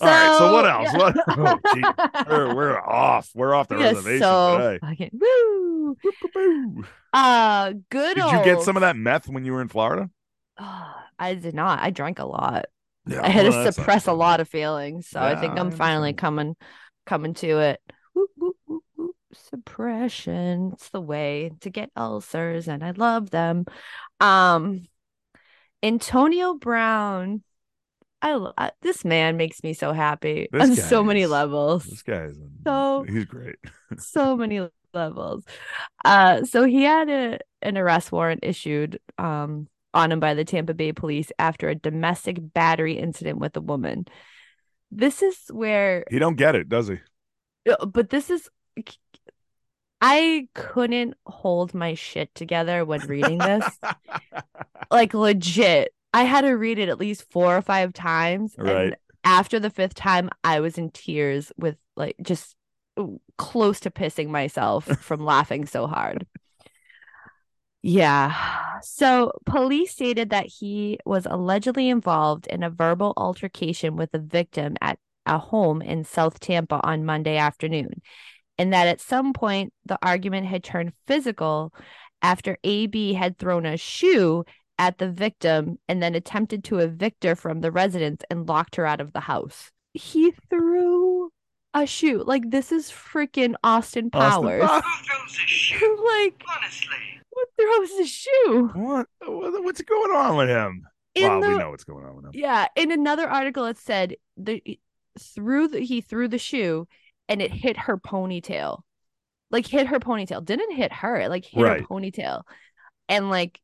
Speaker 2: All right, so what else? What- oh, gee, we're, we're off. We're off the
Speaker 1: We are
Speaker 2: reservation
Speaker 1: so
Speaker 2: today.
Speaker 1: fucking woo.
Speaker 2: Boop-a-boo.
Speaker 1: Uh, good.
Speaker 2: Did you get some of
Speaker 1: old-
Speaker 2: that meth when you were in Florida?
Speaker 1: I did not. I drank a lot.
Speaker 2: Yeah,
Speaker 1: I had to suppress a lot of feelings, so I think
Speaker 2: Yeah, I
Speaker 1: I'm finally
Speaker 2: understand.
Speaker 1: coming, coming to it. Whoop, whoop, whoop, whoop. Suppression. It's the way to get ulcers, and I love them. Um, Antonio Brown. I, lo- I this man makes me so happy
Speaker 2: This
Speaker 1: on
Speaker 2: guy
Speaker 1: so many
Speaker 2: is-
Speaker 1: levels
Speaker 2: This guy's a-
Speaker 1: So-
Speaker 2: he's great.
Speaker 1: so many levels. Uh, so he had a, an arrest warrant issued um, on him by the Tampa Bay police after a domestic battery incident with a woman. This is where,
Speaker 2: He don't get it, does he?
Speaker 1: uh, but this is, I couldn't hold my shit together when reading this. like, legit. I had to read it at least four or five times.
Speaker 2: Right.
Speaker 1: And after the fifth time, I was in tears with like just close to pissing myself from laughing so hard. Yeah. So police stated that he was allegedly involved in a verbal altercation with a victim at a home in South Tampa on Monday afternoon, and that at some point the argument had turned physical after AB had thrown a shoe at the victim and then attempted to evict her from the residence and locked her out of the house. He threw a shoe. Like, this is freaking Austin
Speaker 2: Austin
Speaker 1: Powers.
Speaker 2: Powers.
Speaker 1: like,
Speaker 3: Honestly.
Speaker 1: what throws a shoe?
Speaker 2: What? what- What's going on with him?
Speaker 1: In
Speaker 2: well,
Speaker 1: the
Speaker 2: we know what's going on with him.
Speaker 1: yeah, in another article it said the through the he threw the shoe and it hit her ponytail. Like hit her ponytail. Didn't hit her, it like hit
Speaker 2: Right.
Speaker 1: her ponytail. And like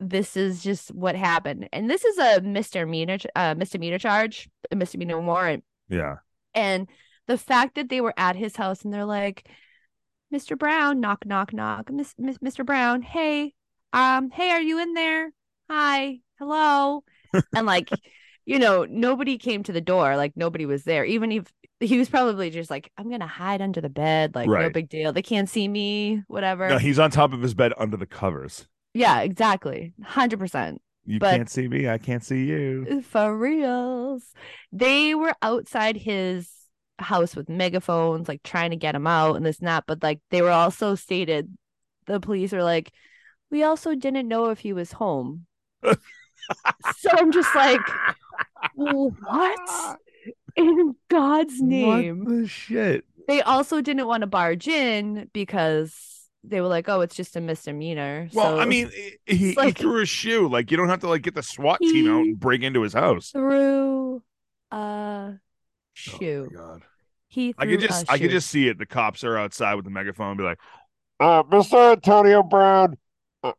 Speaker 1: this is just what happened. And this is a misdemeanor ch- uh, misdemeanor charge, a misdemeanor warrant.
Speaker 2: Yeah.
Speaker 1: And the fact that they were at his house and they're like, Mr. Brown, knock, knock, knock. Miss, Miss, Mr. Brown, hey, um, hey, are you in there? Hi, hello. and like, you know, nobody came to the door. Like nobody was there. Even if he was probably just like, I'm gonna hide under the bed. Like no
Speaker 2: Right.
Speaker 1: big deal. They can't see me. Whatever.
Speaker 2: No, he's on top of his bed under the covers.
Speaker 1: yeah, exactly. Hundred percent.
Speaker 2: You
Speaker 1: But-
Speaker 2: can't see me. I can't see you.
Speaker 1: For reals. They were outside his house with megaphones, like trying to get him out and this and that. But like they were also stated, the police were like, we also didn't know if he was home. so I'm just like, what in God's name?
Speaker 2: What the shit?
Speaker 1: They also didn't want to barge in because they were like, oh, it's just a misdemeanor.
Speaker 2: Well,
Speaker 1: so
Speaker 2: I mean, he- he, he
Speaker 1: like-
Speaker 2: threw a shoe. Like you don't have to like get the SWAT team out
Speaker 1: He-
Speaker 2: and break into his house.
Speaker 1: through a
Speaker 2: Oh my
Speaker 1: shoe.
Speaker 2: God.
Speaker 1: he
Speaker 2: I
Speaker 1: threw
Speaker 2: could
Speaker 1: a
Speaker 2: just I
Speaker 1: shoe.
Speaker 2: could just see it. The cops are outside with the megaphone and be like,
Speaker 3: Uh, Mr. Antonio Brown. Uh,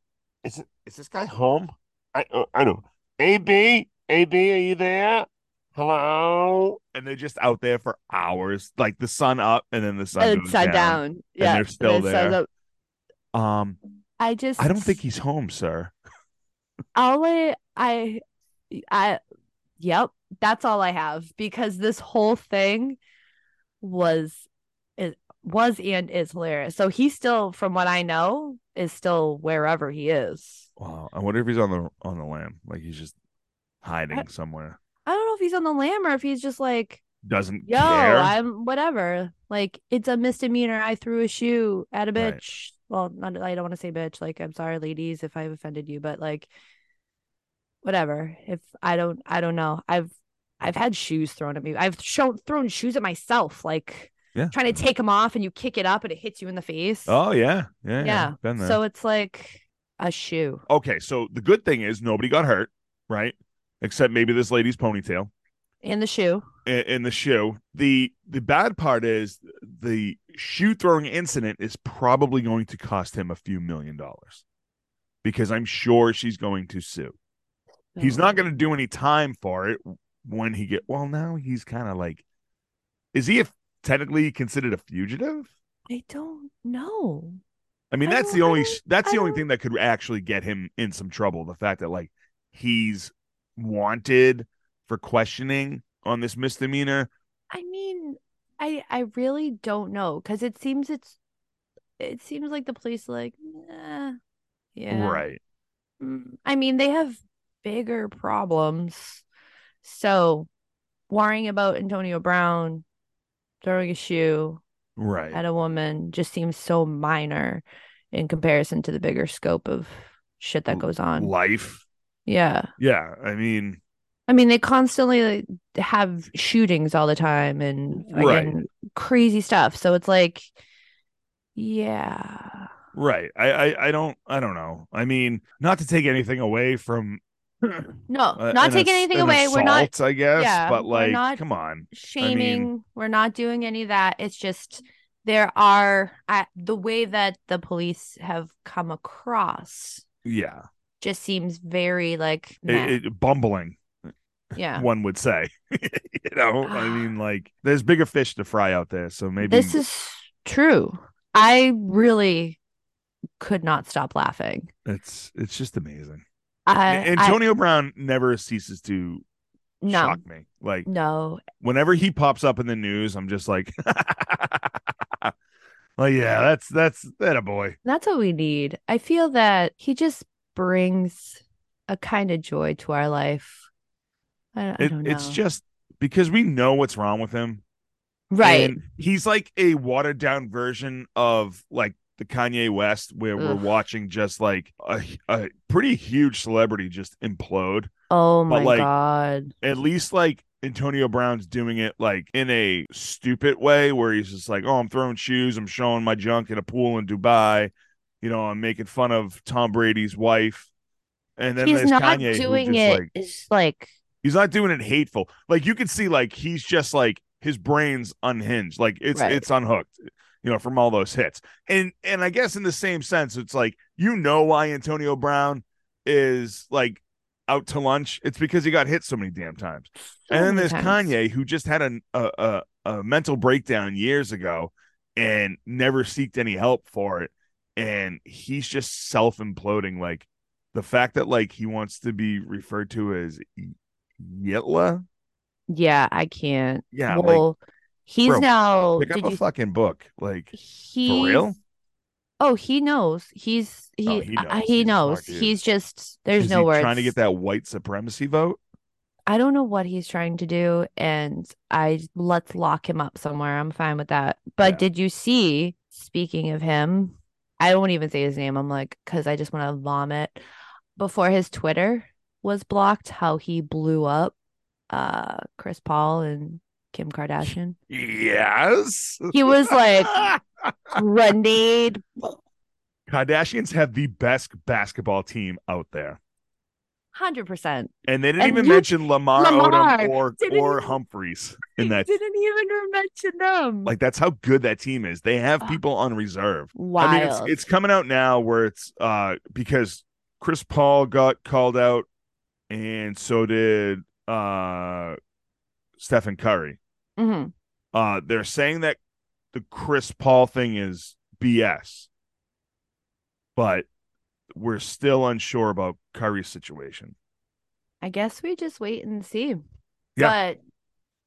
Speaker 3: is it, is this guy home? I uh, I know. AB, AB, are you there? Hello.
Speaker 2: and they're just out there for hours, like the sun up and then the sun
Speaker 1: Uh,
Speaker 2: goes
Speaker 1: sat
Speaker 2: down.
Speaker 1: down. Yeah,
Speaker 2: they're still
Speaker 1: it says
Speaker 2: there.
Speaker 1: up-
Speaker 2: Um,
Speaker 1: I just
Speaker 2: I don't think he's home, sir.
Speaker 1: all I I I yep, that's all I have because this whole thing was it was and is hilarious. So he still, from what I know, is still wherever he is.
Speaker 2: Wow, I wonder if he's on the on the lam. Like he's just hiding
Speaker 1: I-
Speaker 2: somewhere.
Speaker 1: I don't know if he's on the lam or if he's just like,
Speaker 2: Doesn't
Speaker 1: yo,
Speaker 2: care.
Speaker 1: I'm whatever. Like it's a misdemeanor. I threw a shoe at a
Speaker 2: Right.
Speaker 1: bitch. Well, not I don't want to say bitch. Like I'm sorry, ladies, if I've offended you, but like whatever. If I don't, I don't know. I've I've had shoes thrown at me. I've shown thrown shoes at myself, like
Speaker 2: yeah.
Speaker 1: trying to take them off, and you kick it up, and it hits you in the face.
Speaker 2: Oh yeah, yeah, yeah.
Speaker 1: yeah.
Speaker 2: Been there.
Speaker 1: So it's like a shoe.
Speaker 2: okay, so the good thing is nobody got hurt, right? Except maybe this lady's ponytail
Speaker 1: And the shoe.
Speaker 2: in, in the shoe. The the bad part is the shoe throwing incident is probably going to cost him a few million dollars because I'm sure she's going to sue. He's not going to do any time for it when he get. Well, now he's kind of like, is he a, technically considered a fugitive?
Speaker 1: I don't know.
Speaker 2: I mean,
Speaker 1: I
Speaker 2: that's
Speaker 1: don't-
Speaker 2: the
Speaker 1: I
Speaker 2: only
Speaker 1: don't-
Speaker 2: that's
Speaker 1: I
Speaker 2: the only
Speaker 1: don't-
Speaker 2: thing that could actually get him in some trouble. The fact that like he's wanted for questioning on this misdemeanor.
Speaker 1: I mean, I I really don't know because it seems it's it seems like the police are like nah, yeah
Speaker 2: Right.
Speaker 1: Mm, I mean they have bigger problems, so worrying about Antonio Brown throwing a shoe
Speaker 2: Right.
Speaker 1: at a woman just seems so minor in comparison to the bigger scope of shit that
Speaker 2: L-
Speaker 1: goes on.
Speaker 2: Life.
Speaker 1: Yeah.
Speaker 2: Yeah. I mean,
Speaker 1: I mean, they constantly like, have shootings all the time and
Speaker 2: Right.
Speaker 1: fucking crazy stuff. So it's like, yeah.
Speaker 2: right. I, I I don't I don't know. I mean, not to take anything away from
Speaker 1: No,
Speaker 2: uh,
Speaker 1: not
Speaker 2: an
Speaker 1: taking
Speaker 2: ass-
Speaker 1: anything
Speaker 2: an
Speaker 1: away. We're not
Speaker 2: assault, I guess,
Speaker 1: yeah,
Speaker 2: but
Speaker 1: we're
Speaker 2: like
Speaker 1: not-
Speaker 2: come on.
Speaker 1: shaming. We're not doing any of that. It's just there are I, the way that the police have come across
Speaker 2: Yeah.
Speaker 1: just seems very like meh.
Speaker 2: It, it, bumbling.
Speaker 1: yeah.
Speaker 2: one would say. you know, I mean, like there's bigger fish to fry out there, so maybe
Speaker 1: This is true. I really could not stop laughing.
Speaker 2: it's it's just amazing.
Speaker 1: Uh, I,
Speaker 2: A-
Speaker 1: I-
Speaker 2: Antonio Brown never ceases to
Speaker 1: no,
Speaker 2: shock me. Like
Speaker 1: no,
Speaker 2: whenever he pops up in the news, I'm just like, like yeah, that's that's that a boy.
Speaker 1: That's what we need. I feel that he just brings a kind of joy to our life. I, I
Speaker 2: It,
Speaker 1: don't know.
Speaker 2: it's just because we know what's wrong with him,
Speaker 1: right.
Speaker 2: And he's like a watered down version of like the Kanye West, where we're
Speaker 1: Ugh.
Speaker 2: watching just like a, a pretty huge celebrity just implode.
Speaker 1: oh
Speaker 2: but,
Speaker 1: my
Speaker 2: like,
Speaker 1: god.
Speaker 2: at least like Antonio Brown's doing it like in a stupid way where he's just like, oh, I'm throwing shoes, I'm showing my junk in a pool in Dubai, you know, I'm making fun of Tom Brady's wife. And then
Speaker 1: He's
Speaker 2: there's
Speaker 1: not
Speaker 2: Kanye who
Speaker 1: doing
Speaker 2: just,
Speaker 1: it.
Speaker 2: like
Speaker 1: it's like
Speaker 2: he's not doing it hateful. Like you can see like he's just like his brain's unhinged. Like it's
Speaker 1: Right.
Speaker 2: it's unhooked, you know, from all those hits. And and I guess in the same sense, it's like you know why Antonio Brown is like out to lunch. It's because he got hit so many damn times
Speaker 1: so
Speaker 2: and then
Speaker 1: many
Speaker 2: there's
Speaker 1: times.
Speaker 2: Kanye, who just had an- a, a a mental breakdown years ago and never seeked any help for it, and he's just self imploding. Like the fact that like he wants to be referred to as Y- Yitla,
Speaker 1: Yeah, I can't.
Speaker 2: yeah,
Speaker 1: well, he's
Speaker 2: bro,
Speaker 1: now.
Speaker 2: like pick
Speaker 1: Did
Speaker 2: up a
Speaker 1: you?
Speaker 2: fucking book, like
Speaker 1: He
Speaker 2: for real.
Speaker 1: Oh, he knows. He's he.
Speaker 2: Oh,
Speaker 1: I-
Speaker 2: he
Speaker 1: he
Speaker 2: knows.
Speaker 1: knows.
Speaker 2: He's a
Speaker 1: He's,
Speaker 2: smart dude.
Speaker 1: just. There's
Speaker 2: Is
Speaker 1: no
Speaker 2: he
Speaker 1: words.
Speaker 2: trying to get that white supremacy vote.
Speaker 1: I don't know what he's trying to do, and I let's lock him up somewhere. I'm fine with that. But
Speaker 2: Yeah.
Speaker 1: did you see? Speaking of him, I won't even say his name. I'm like, because I just want to vomit. Before his Twitter was blocked, how he blew up uh Chris Paul and Kim Kardashian.
Speaker 2: Yes,
Speaker 1: He was like grenade.
Speaker 2: Kardashians have the best basketball team out there.
Speaker 1: Hundred percent.
Speaker 2: And they didn't
Speaker 1: And
Speaker 2: even
Speaker 1: you-
Speaker 2: mention Lamar,
Speaker 1: Lamar
Speaker 2: Odom or
Speaker 1: didn't
Speaker 2: or
Speaker 1: even-
Speaker 2: Humphreys in that.
Speaker 1: didn't even mention them.
Speaker 2: Like that's how good that team is. They have
Speaker 1: Ah.
Speaker 2: people on reserve.
Speaker 1: wild.
Speaker 2: I mean, it's, it's coming out now where it's uh because Chris Paul got called out, and so did uh Stephen Curry.
Speaker 1: Mhm.
Speaker 2: Uh They're saying that the Chris Paul thing is BS, but we're still unsure about Curry's situation.
Speaker 1: I guess we just wait and see.
Speaker 2: Yeah.
Speaker 1: But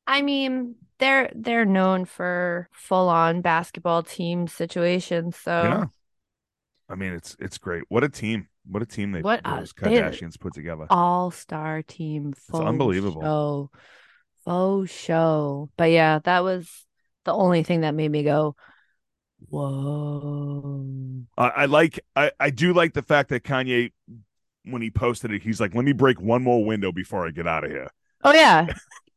Speaker 1: I mean, they're they're known for full on basketball team situations. So
Speaker 2: Yeah. I mean, it's it's great. What a team! What a team they
Speaker 1: What a-
Speaker 2: those
Speaker 1: they-
Speaker 2: Kardashians put together.
Speaker 1: all star team. Faux
Speaker 2: unbelievable.
Speaker 1: Show. Faux show. But yeah, that was the only thing that made me go, whoa.
Speaker 2: I, I like I I do like the fact that Kanye, when he posted it, he's like, "Let me break one more window before I get out of here,"
Speaker 1: Oh yeah.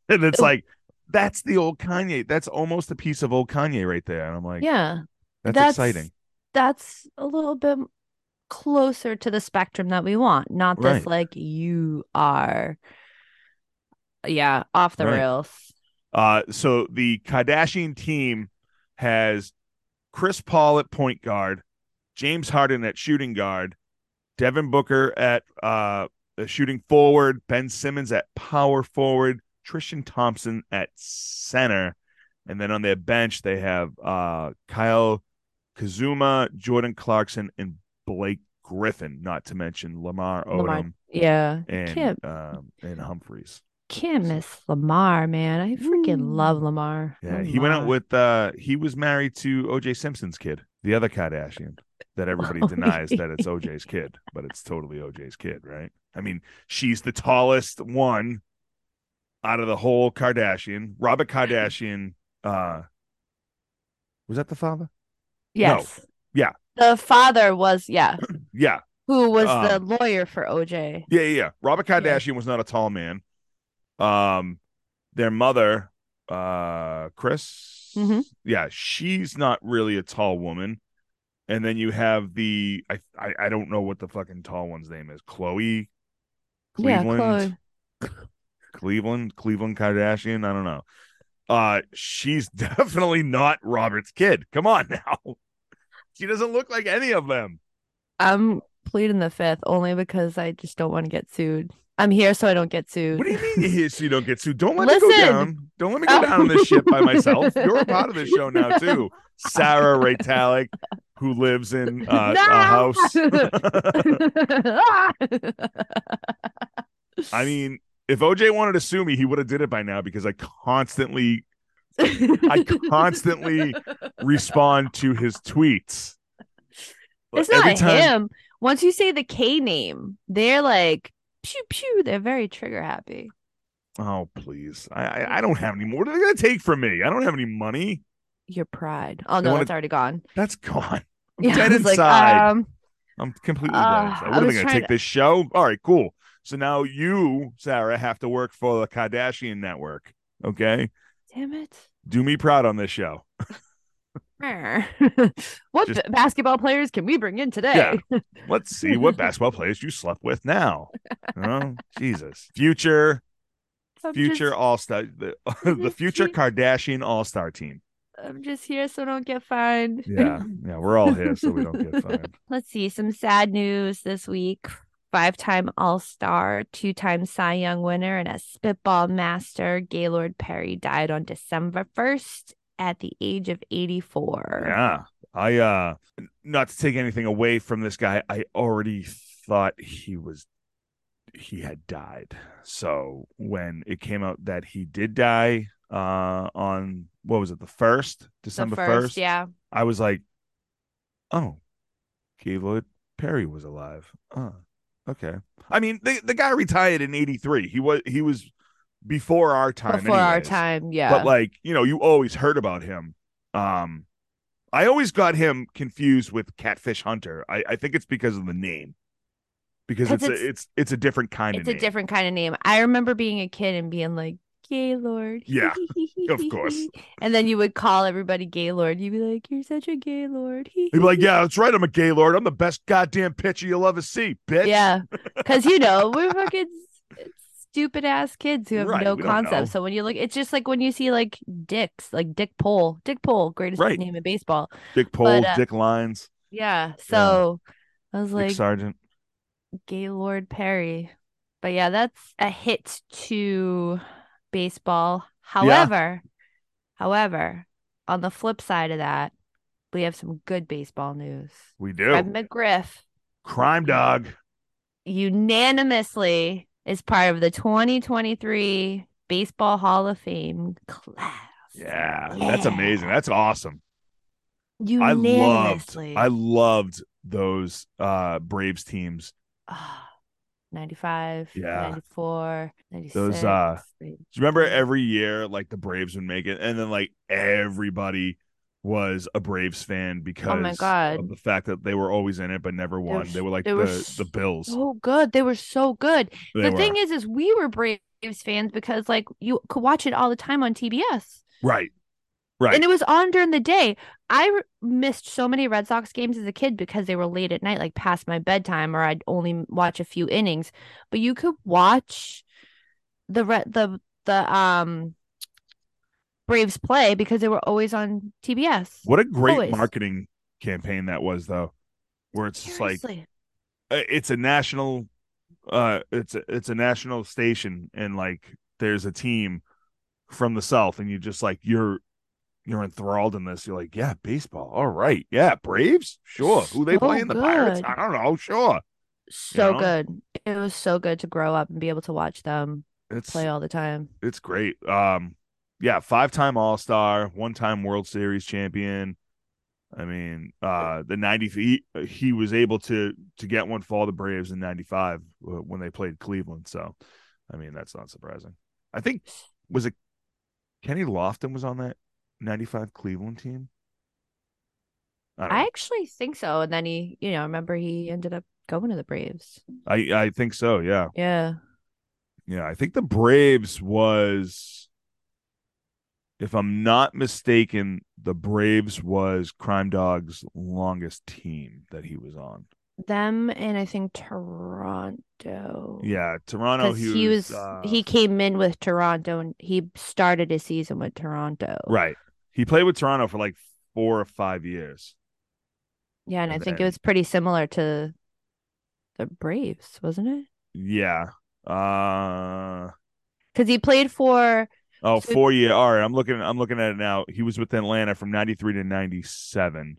Speaker 2: and it's
Speaker 1: Oh.
Speaker 2: like. That's the old Kanye. That's almost a piece of old Kanye right there. And I'm like,
Speaker 1: yeah.
Speaker 2: that's,
Speaker 1: that's-
Speaker 2: exciting.
Speaker 1: That's a little bit closer to the spectrum that we want. Not this
Speaker 2: Right.
Speaker 1: like you are yeah, off the
Speaker 2: Right.
Speaker 1: rails.
Speaker 2: Uh, so the Kardashian team has Chris Paul at point guard, James Harden at shooting guard, Devin Booker at uh, uh, shooting forward, Ben Simmons at power forward, Trishan Thompson at center, and then on their bench they have uh, Kyle Kazuma, Jordan Clarkson, and Blake Griffin, not to mention Lamar Odom
Speaker 1: Lamar- Yeah.
Speaker 2: and
Speaker 1: can't-
Speaker 2: um, and Humphreys.
Speaker 1: Can't
Speaker 2: So-
Speaker 1: miss Lamar, man. I freaking
Speaker 2: Mm.
Speaker 1: love Lamar.
Speaker 2: Yeah, he went out
Speaker 1: Lamar.
Speaker 2: with uh he was married to OJ Simpson's kid, the other Kardashian that everybody
Speaker 1: Oh,
Speaker 2: denies that it's
Speaker 1: yeah.
Speaker 2: OJ's kid, but it's totally OJ's kid, right? I mean, she's the tallest one out of the whole Kardashian. Robert Kardashian uh was that the father?
Speaker 1: Yes.
Speaker 2: Yeah.
Speaker 1: The father was yeah,
Speaker 2: Yeah.
Speaker 1: who was
Speaker 2: Um,
Speaker 1: the lawyer for OJ.
Speaker 2: Yeah, yeah, yeah. Robert
Speaker 1: Yeah.
Speaker 2: Kardashian was not a tall man. Um, their mother, uh, Chris.
Speaker 1: Mhm.
Speaker 2: Yeah, she's not really a tall woman. And then you have the I, I I don't know what the fucking tall one's name is. Chloe. Cleveland.
Speaker 1: Yeah, Chloe.
Speaker 2: Cleveland, Cleveland Kardashian. I don't know. Uh, she's definitely not Robert's kid. Come on now. She doesn't look like any of them.
Speaker 1: I'm pleading the fifth only because I just don't want to get sued. I'm here so I don't get sued.
Speaker 2: What do you mean you so you don't get sued? Don't let me go
Speaker 1: Listen.
Speaker 2: down. Don't let me go down on this ship by myself. You're a part of this show now too. Sarah Raytalik, who lives in uh,
Speaker 1: No!
Speaker 2: a house. I mean, if OJ wanted to sue me, he would have did it by now because I constantly I constantly respond to his tweets.
Speaker 1: It's not him. Once you say the K name, they're like pew pew. They're very trigger happy.
Speaker 2: Oh please! I, I I don't have any more. What are they gonna take from me? I don't have any money.
Speaker 1: Your pride. Oh
Speaker 2: They
Speaker 1: no,
Speaker 2: wanna-
Speaker 1: it's already gone.
Speaker 2: That's gone. I'm
Speaker 1: Yeah,
Speaker 2: dead
Speaker 1: I was like,
Speaker 2: inside.
Speaker 1: um,
Speaker 2: I'm completely
Speaker 1: Uh,
Speaker 2: dead inside.
Speaker 1: I
Speaker 2: What are
Speaker 1: was
Speaker 2: they going to
Speaker 1: trying
Speaker 2: take this show? All right, cool. So now you, Sarah, have to work for the Kardashian network. Okay,
Speaker 1: damn it.
Speaker 2: do me proud on this show.
Speaker 1: what
Speaker 2: Just-
Speaker 1: b- basketball players can we bring in today?
Speaker 2: Let's see what basketball players you slept with now. Oh, Jesus, future,
Speaker 1: I'm
Speaker 2: future
Speaker 1: Just,
Speaker 2: All Star, the, the
Speaker 1: just
Speaker 2: future
Speaker 1: keep-
Speaker 2: Kardashian All Star team.
Speaker 1: I'm just here so I don't get fined.
Speaker 2: Yeah, yeah, we're all here so we don't get fined.
Speaker 1: Let's see some sad news this week. Five time All Star, two time Cy Young winner, and a spitball master, Gaylord Perry died on December 1st at the age of 84.
Speaker 2: Yeah, I uh, not to take anything away from this guy, I already thought he was he had died. So when it came out that he did die uh on what was it the first
Speaker 1: the
Speaker 2: December
Speaker 1: first,
Speaker 2: first,
Speaker 1: yeah.
Speaker 2: I was like, oh, Gaylord Perry was alive. Uh, okay. I mean, the the guy retired in '83. He was he was before our time.
Speaker 1: Before our
Speaker 2: anyways
Speaker 1: time, yeah.
Speaker 2: but like you know you always heard about him um i always got him confused with catfish hunter i, I think it's because of the name because
Speaker 1: 'Cause
Speaker 2: it's, a,
Speaker 1: it's-
Speaker 2: it's it's a different kind
Speaker 1: it's
Speaker 2: of
Speaker 1: a
Speaker 2: name.
Speaker 1: different kind of name. I remember being a kid and being like, Gaylord.
Speaker 2: Yeah, of course.
Speaker 1: And then you would call everybody Gaylord. You'd be like, You're such a Gaylord.
Speaker 2: He'd be like, "Yeah, that's right. I'm a Gaylord. I'm the best goddamn pitcher you'll ever see, bitch."
Speaker 1: Yeah. Because, you know, we're fucking s- stupid ass kids who have
Speaker 2: Right,
Speaker 1: no
Speaker 2: we don't know.
Speaker 1: concept. So when you look, it's just like when you see like dicks, like Dick Pole, Dick Pole, greatest
Speaker 2: Right.
Speaker 1: name in baseball.
Speaker 2: Dick Pole,
Speaker 1: uh,
Speaker 2: Dick Lines,
Speaker 1: Yeah. So I was like,
Speaker 2: Dick Sargent.
Speaker 1: Gaylord Perry. But yeah, that's a hit to baseball. However, however, on the flip side of that, we have some good baseball news.
Speaker 2: We do
Speaker 1: Fred McGriff
Speaker 2: crime dog.
Speaker 1: unanimously is part of the 2023 Baseball Hall of Fame class.
Speaker 2: Yeah, that's
Speaker 1: Yeah.
Speaker 2: amazing. That's awesome. I loved.
Speaker 1: Unanimously.
Speaker 2: I loved those uh Braves teams
Speaker 1: Ah, 95,
Speaker 2: Yeah.
Speaker 1: 94, 96. like-
Speaker 2: uh, Do you
Speaker 1: Mm-hmm.
Speaker 2: remember every year, like the Braves would make it, and then like everybody was a Braves fan because
Speaker 1: Oh God.
Speaker 2: of the fact that they were always in it but never won.
Speaker 1: s-
Speaker 2: they were like
Speaker 1: they
Speaker 2: the,
Speaker 1: were
Speaker 2: the Bills.
Speaker 1: so good. They were so good.
Speaker 2: They
Speaker 1: the
Speaker 2: were.
Speaker 1: thing is, is we were Braves fans because like you could watch it all the time on TBS,
Speaker 2: right, right.
Speaker 1: and it was on during the day. I re- missed so many Red Sox games as a kid because they were late at night, like past my bedtime, or I'd only m- watch a few innings. But you could watch the re- the the um Braves play because they were always on TBS.
Speaker 2: what a great
Speaker 1: always.
Speaker 2: marketing campaign that was, though, where it's just like
Speaker 1: Seriously.
Speaker 2: uh, it's a national, uh, it's a, it's a national station, and like there's a team from the South, and you just like you're you're enthralled in this. You're like, yeah, baseball. All right. Yeah, Braves? Sure. Who they
Speaker 1: So
Speaker 2: playing? The Pirates?
Speaker 1: good.
Speaker 2: I don't know. Sure.
Speaker 1: so
Speaker 2: know?
Speaker 1: good. It was so good to grow up and be able to watch them
Speaker 2: It's
Speaker 1: play all the time.
Speaker 2: it's great. Um yeah, five-time All-Star, one-time World Series champion. I mean, uh the 90 he, he was able to to get one for the Braves in 95 uh, when they played Cleveland, so I mean, that's not surprising. I think was it Kenny Lofton was on that '95 Cleveland team. I, don't
Speaker 1: I actually think so. And then he, you know, remember he ended up going to the Braves.
Speaker 2: know. I I think so. Yeah,
Speaker 1: Yeah.
Speaker 2: yeah. I think the Braves was, if I'm not mistaken, the Braves was Crime Dog's longest team that he was on.
Speaker 1: Them and I think Toronto.
Speaker 2: Yeah, Toronto.
Speaker 1: Because
Speaker 2: He was,
Speaker 1: he was,
Speaker 2: uh,
Speaker 1: he came in with Toronto and he started his season with Toronto.
Speaker 2: right. He played with Toronto for like four or five years.
Speaker 1: Yeah, and I
Speaker 2: And
Speaker 1: think it
Speaker 2: then-
Speaker 1: was pretty similar to the Braves, wasn't it?
Speaker 2: Yeah. Uh
Speaker 1: Because he played for
Speaker 2: oh,
Speaker 1: So-
Speaker 2: four year. All right, I'm looking. I'm looking at it now. He was with Atlanta from '93 to '97.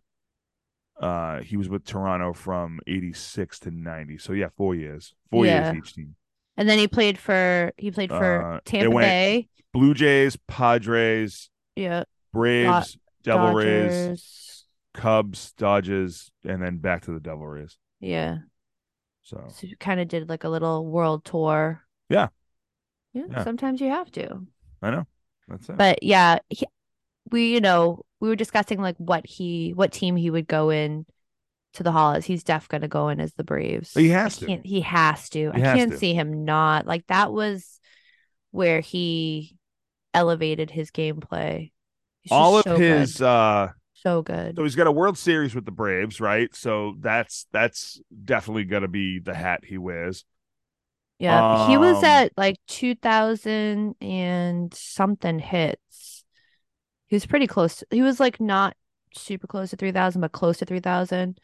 Speaker 2: Uh, he was with Toronto from '86 to '90. So yeah, four years. Four
Speaker 1: Yeah.
Speaker 2: years each team.
Speaker 1: and then he played for he played for
Speaker 2: Uh, it
Speaker 1: Tampa
Speaker 2: went-
Speaker 1: Bay.
Speaker 2: Blue Jays, Padres,
Speaker 1: Yeah.
Speaker 2: Braves, Devil Rays,
Speaker 1: Dodgers.
Speaker 2: Cubs, Dodgers, and then back to the Devil Rays.
Speaker 1: Yeah.
Speaker 2: So
Speaker 1: So you kind of did like a little world tour.
Speaker 2: Oh. Yeah.
Speaker 1: Yeah.
Speaker 2: Yeah.
Speaker 1: Sometimes you have to.
Speaker 2: I know that's it.
Speaker 1: But yeah, he, we, you know, we were discussing like what he, what team he would go in to the Hollis. He's def going to go in as the Braves.
Speaker 2: Oh, He has
Speaker 1: I
Speaker 2: to.
Speaker 1: can't, he has to. I
Speaker 2: He has
Speaker 1: can't
Speaker 2: to.
Speaker 1: see him not. Like that was where he elevated his gameplay. He's just
Speaker 2: All of
Speaker 1: so good.
Speaker 2: his. uh
Speaker 1: so good.
Speaker 2: So he's got a World Series with the Braves, right? So that's that's definitely gonna be the hat he wears.
Speaker 1: Yeah, he was
Speaker 2: Um,
Speaker 1: at like 2000 and something hits. He was pretty close. to- he was like not super close to 3000 but close to 3000,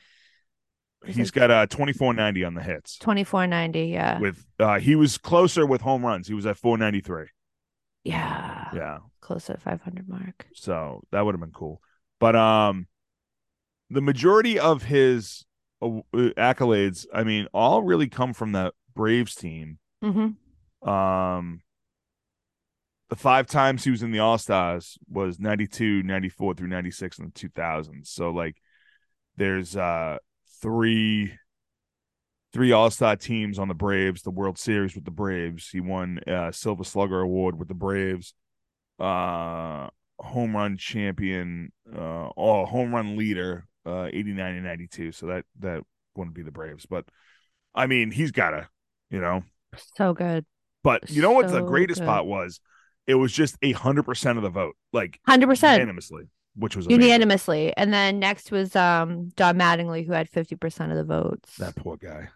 Speaker 1: He's
Speaker 2: He's
Speaker 1: like-
Speaker 2: got a twenty four ninety on the hits.
Speaker 1: 2490, yeah.
Speaker 2: With uh he was closer with home runs. He was at four ninety three.
Speaker 1: yeah.
Speaker 2: Yeah.
Speaker 1: Close to the 500 mark.
Speaker 2: So that would have been cool. But um the majority of his uh, accolades, I mean, all really come from the Braves team.
Speaker 1: Mhm.
Speaker 2: Um the five times he was in the All Stars was 92, 94 through 96 and the 2000s. So like there's uh three three All-Star teams on the Braves, the World Series with the Braves. He won uh Silver Slugger award with the Braves. Uh home run champion uh or home run leader uh 89 and 92. So that that wouldn't be the Braves, but I mean, he's got to, you know.
Speaker 1: So good.
Speaker 2: But you know what's the
Speaker 1: So
Speaker 2: greatest
Speaker 1: good.
Speaker 2: part was? It was just a hundred percent of the vote, like
Speaker 1: 100%
Speaker 2: unanimously, which was amazing.
Speaker 1: unanimously. And then next was um Don Mattingly who had 50% of the votes.
Speaker 2: That poor guy.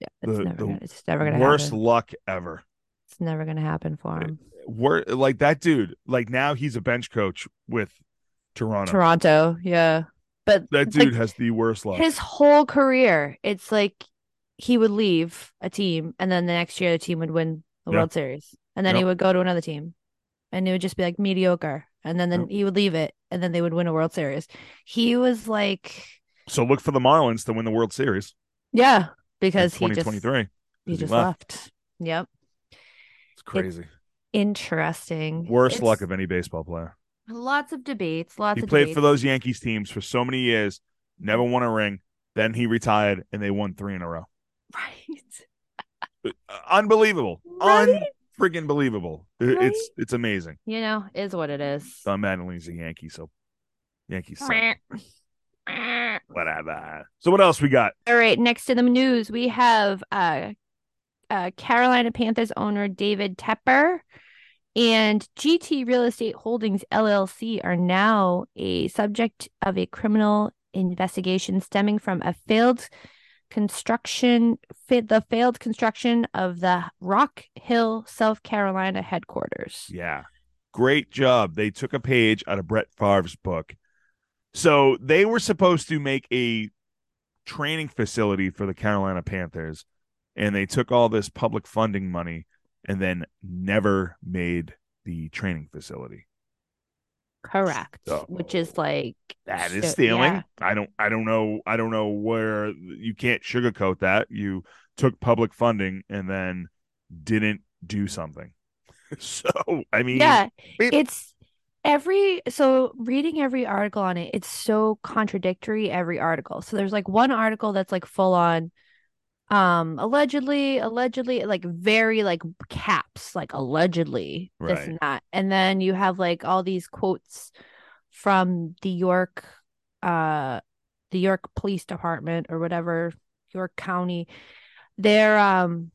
Speaker 1: yeah, it's
Speaker 2: the-
Speaker 1: never
Speaker 2: the
Speaker 1: gonna, it's never going to
Speaker 2: Worst
Speaker 1: happen.
Speaker 2: luck ever.
Speaker 1: It's never going to happen for him.
Speaker 2: Wor- like that dude. Like now he's a bench coach with Toronto.
Speaker 1: Toronto, yeah. But
Speaker 2: That
Speaker 1: like,
Speaker 2: dude has the worst luck.
Speaker 1: his whole career, it's like he would leave a team and then the next year the team would win the
Speaker 2: Yeah.
Speaker 1: World Series. And then he
Speaker 2: Yep.
Speaker 1: would go to another team and it would just be like mediocre. And then, then
Speaker 2: Yep.
Speaker 1: he would leave it and then they would win a World Series. He was like,
Speaker 2: so look for the Marlins to win the World Series
Speaker 1: yeah,
Speaker 2: in
Speaker 1: because he just,
Speaker 2: 2023.
Speaker 1: he
Speaker 2: 'cause he
Speaker 1: just
Speaker 2: left.
Speaker 1: left. Yep.
Speaker 2: it's crazy.
Speaker 1: Interesting.
Speaker 2: worst
Speaker 1: It's
Speaker 2: luck of any baseball player.
Speaker 1: lots of debates. Lots
Speaker 2: He
Speaker 1: of
Speaker 2: played
Speaker 1: debates.
Speaker 2: for those Yankees teams for so many years, never won a ring. Then he retired and they won three in a row.
Speaker 1: Right.
Speaker 2: Uh, unbelievable,
Speaker 1: Right?
Speaker 2: unfriggin' believable. I-
Speaker 1: Right?
Speaker 2: It's it's amazing.
Speaker 1: You know, is what it is.
Speaker 2: Don Mattingly's a Yankee, so Yankees. suck. Whatever. So what else we got?
Speaker 1: All right, next in the news, we have uh, uh, Carolina Panthers owner David Tepper and GT Real Estate Holdings LLC are now a subject of a criminal investigation stemming from a failed construction, fa- the failed construction of the Rock Hill, South Carolina headquarters.
Speaker 2: Yeah, great job. They took a page out of Brett Favre's book. So they were supposed to make a training facility for the Carolina Panthers, and they took all this public funding money and then never made the training facility.
Speaker 1: Correct,
Speaker 2: So-
Speaker 1: which is like
Speaker 2: that is
Speaker 1: so-
Speaker 2: stealing.
Speaker 1: yeah.
Speaker 2: I don't I don't know I don't know where you can't sugarcoat that. You took public funding and then didn't do something. So I mean
Speaker 1: yeah
Speaker 2: it-
Speaker 1: it's every so reading every article on it it's so contradictory every article so there's like one article that's like full on um allegedly allegedly like very like caps like allegedly this
Speaker 2: Right.
Speaker 1: and that and then you have like all these quotes from the york uh the york police department or whatever york county they're um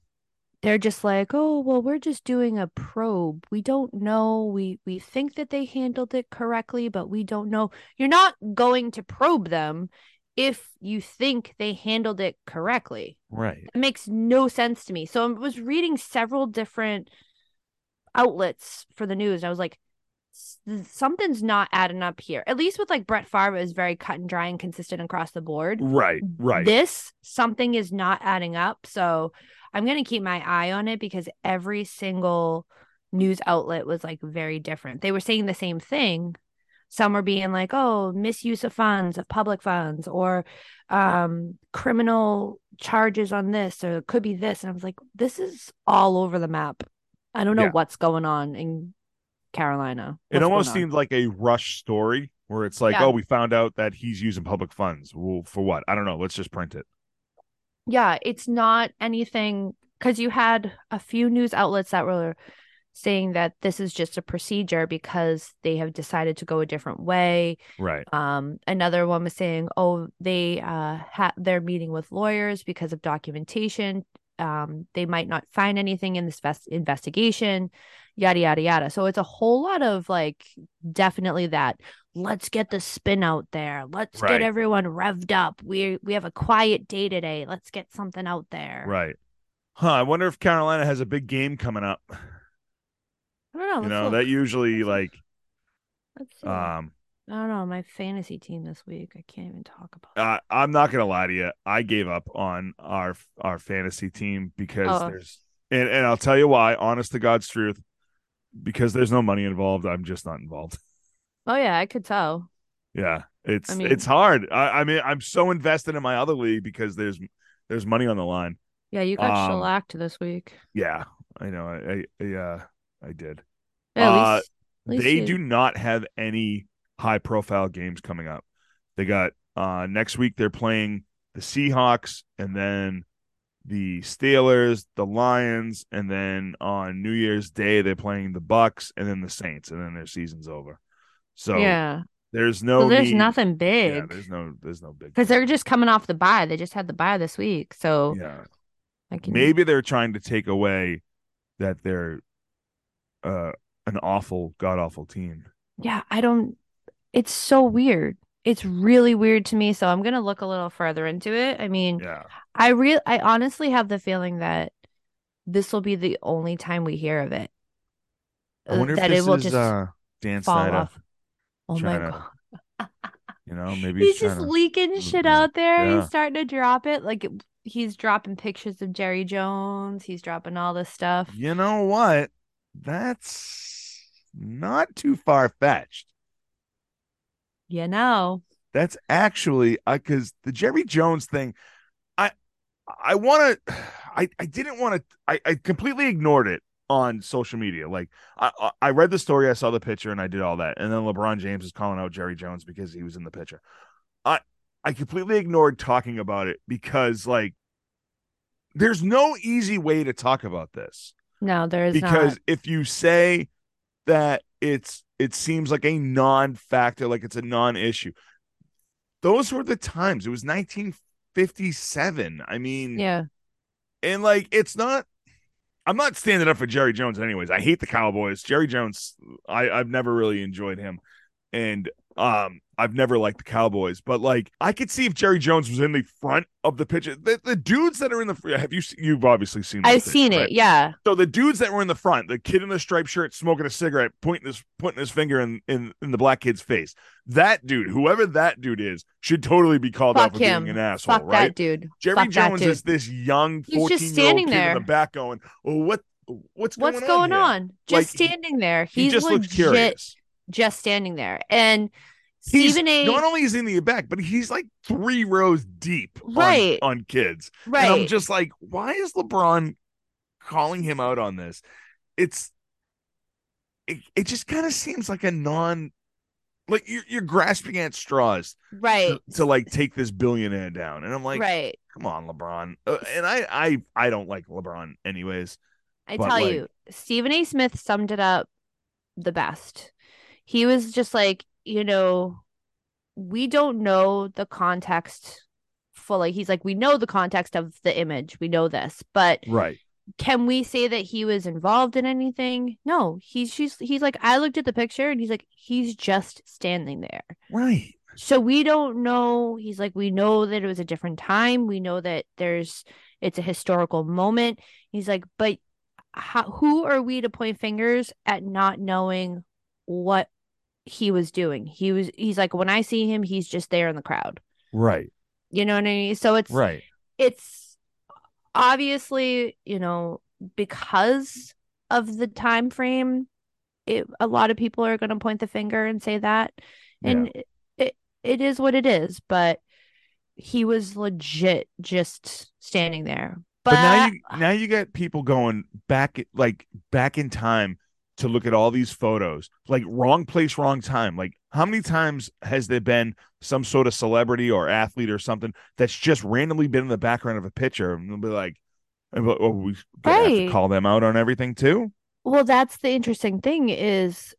Speaker 1: they're just like oh well we're just doing a probe we don't know we we think that they handled it correctly but we don't know you're not going to probe them if you think they handled it correctly
Speaker 2: Right.
Speaker 1: it makes no sense to me. So I was reading several different outlets for the news. And I was like, "S- something's not adding up here. At least with like Brett Favre, it was very cut and dry and consistent across the board.
Speaker 2: Right. Right.
Speaker 1: This something is not adding up. So I'm gonna keep my eye on it because every single news outlet was like very different. They were saying the same thing. Some were being like, oh, misuse of funds, of public funds, or um criminal charges on this, or it could be this. And I was like, this is all over the map. I don't know
Speaker 2: Yeah.
Speaker 1: what's going on in Carolina.
Speaker 2: it
Speaker 1: What's going
Speaker 2: almost
Speaker 1: on?
Speaker 2: seemed like a rush story where it's like,
Speaker 1: Yeah.
Speaker 2: oh, we found out that he's using public funds. Well, for what? I don't know. Let's just print it.
Speaker 1: yeah, it's not anything because you had a few news outlets that were saying that this is just a procedure because they have decided to go a different way.
Speaker 2: Right.
Speaker 1: Um, another one was saying, oh, they uh ha- they're meeting with lawyers because of documentation. Um, they might not find anything in this vest- investigation, yada yada yada. So it's a whole lot of like definitely that. Let's get the spin out there. Let's
Speaker 2: Right.
Speaker 1: get everyone revved up. We we have a quiet day today. Let's get something out there.
Speaker 2: Right. Huh. I wonder if Carolina has a big game coming up.
Speaker 1: I don't know.
Speaker 2: you
Speaker 1: Let's
Speaker 2: know,
Speaker 1: look.
Speaker 2: that usually like
Speaker 1: Let's see.
Speaker 2: um
Speaker 1: I don't know. My fantasy team this week. I can't even talk about.
Speaker 2: uh, I'm not gonna lie to you. I gave up on our our fantasy team because
Speaker 1: Oh.
Speaker 2: there's and, and I'll tell you why, honest to God's truth, because there's no money involved, I'm just not involved.
Speaker 1: oh yeah, I could tell.
Speaker 2: Yeah, it's
Speaker 1: I mean-
Speaker 2: it's hard. I, I mean, I'm so invested in my other league because there's there's money on the line.
Speaker 1: Yeah, you got
Speaker 2: Um,
Speaker 1: shellacked this week.
Speaker 2: Yeah, I know. I I, I uh, I did.
Speaker 1: At
Speaker 2: uh,
Speaker 1: least, at least
Speaker 2: they
Speaker 1: you-
Speaker 2: do not have any high profile games coming up. They got uh next week they're playing the Seahawks and then the Steelers, the Lions, and then on New Year's Day they're playing the Bucks and then the Saints and then their season's over. So
Speaker 1: yeah.
Speaker 2: there's
Speaker 1: So
Speaker 2: no
Speaker 1: there's
Speaker 2: need-
Speaker 1: nothing
Speaker 2: Yeah,
Speaker 1: big
Speaker 2: there's
Speaker 1: because
Speaker 2: no there's no big
Speaker 1: they're just coming off the bye. They just had the bye this week, so
Speaker 2: yeah.
Speaker 1: I can
Speaker 2: maybe they're trying to take away that they're uh an awful god awful team
Speaker 1: Yeah, I don't. It's so weird. It's really weird to me. So I'm gonna look a little further into it. I mean,
Speaker 2: yeah
Speaker 1: I real I honestly have the feeling that this will be the only time we hear of it.
Speaker 2: i wonder if
Speaker 1: that
Speaker 2: this
Speaker 1: it will
Speaker 2: is
Speaker 1: just
Speaker 2: uh dan
Speaker 1: fall
Speaker 2: snyder
Speaker 1: off. Oh my
Speaker 2: tryna-
Speaker 1: god.
Speaker 2: you know maybe
Speaker 1: He's
Speaker 2: he's,
Speaker 1: just
Speaker 2: trying to-
Speaker 1: leaking shit
Speaker 2: Mhm.
Speaker 1: out there.
Speaker 2: Yeah.
Speaker 1: He's starting to drop it. Like it- he's dropping pictures of Jerry Jones. He's dropping all this stuff.
Speaker 2: you know what that's not too far-fetched
Speaker 1: You know.
Speaker 2: that's actually because the jerry jones thing i i want to i i didn't want to I, I completely ignored it on social media like I, I i read the story i saw the picture and i did all that and then lebron james is calling out jerry jones because he was in the picture i i completely ignored talking about it because like there's no easy way to talk about this
Speaker 1: No, there is
Speaker 2: because
Speaker 1: not.
Speaker 2: if you say that it's it seems like a non-factor like it's a non-issue those were the times it was 1957 i mean
Speaker 1: Yeah.
Speaker 2: and like it's not i'm not standing up for jerry jones anyways i hate the cowboys jerry jones i i've never really enjoyed him and um i've never liked the cowboys but like i could see if jerry jones was in the front of the picture the, the dudes that are in the fr- have you se- you've obviously seen
Speaker 1: I've
Speaker 2: those things,
Speaker 1: seen
Speaker 2: right?
Speaker 1: it. Yeah.
Speaker 2: So the dudes that were in the front, the kid in the striped shirt smoking a cigarette, pointing this pointing his finger in, in in the black kid's face. That dude, whoever that dude is, should totally be called
Speaker 1: Fuck
Speaker 2: out for
Speaker 1: him.
Speaker 2: being an asshole,
Speaker 1: Fuck
Speaker 2: right?
Speaker 1: that dude.
Speaker 2: Jerry
Speaker 1: Fuck that
Speaker 2: Jones
Speaker 1: dude.
Speaker 2: is this young
Speaker 1: He's just
Speaker 2: 14 year old
Speaker 1: standing
Speaker 2: kid in
Speaker 1: there.
Speaker 2: the back going, well, what what's going
Speaker 1: What's
Speaker 2: on?
Speaker 1: going
Speaker 2: here?"
Speaker 1: on?
Speaker 2: Like,
Speaker 1: Just
Speaker 2: he-
Speaker 1: standing there.
Speaker 2: He
Speaker 1: He's
Speaker 2: just looks
Speaker 1: legit
Speaker 2: curious.
Speaker 1: just standing there. And
Speaker 2: He's
Speaker 1: Stephen A.
Speaker 2: not only is he in the back, but he's like three rows deep on-
Speaker 1: Right.
Speaker 2: on, kids. And I'm
Speaker 1: right.
Speaker 2: just like, why is LeBron calling him out on this? It's it, it just kind of seems like a non like you're you're grasping at straws
Speaker 1: right.
Speaker 2: to, to, like take this billionaire down. And I'm like,
Speaker 1: right.
Speaker 2: Come on, LeBron. Uh, and I, I, I don't like LeBron, anyways.
Speaker 1: I
Speaker 2: But,
Speaker 1: tell
Speaker 2: like-
Speaker 1: you, Stephen A. Smith summed it up the best. He was just like, you know, we don't know the context fully. He's like, we know the context of the image, we know this, but
Speaker 2: Right.
Speaker 1: can we say that he was involved in anything? No, he's she's he's like, I looked at the picture and he's like, he's just standing there.
Speaker 2: Right.
Speaker 1: So we don't know. He's like, we know that it was a different time. We know that there's it's a historical moment. He's like, but how, who are we to point fingers at not knowing what he was doing? He was he's like, when I see him, he's just there in the crowd.
Speaker 2: Right.
Speaker 1: You know what I mean? So it's
Speaker 2: Right.
Speaker 1: it's obviously you know because of the time frame it, a lot of people are going to point the finger and say that and it, it it is what it is but he was legit just standing there but,
Speaker 2: But now you now you get people going back like back in time to look at all these photos. Like wrong place, wrong time. Like how many times has there been some sort of celebrity or athlete or something that's just randomly been in the background of a picture and they'll be like, and we'll- oh, we gonna have to
Speaker 1: Right.
Speaker 2: call them out on everything too?
Speaker 1: well that's the interesting thing is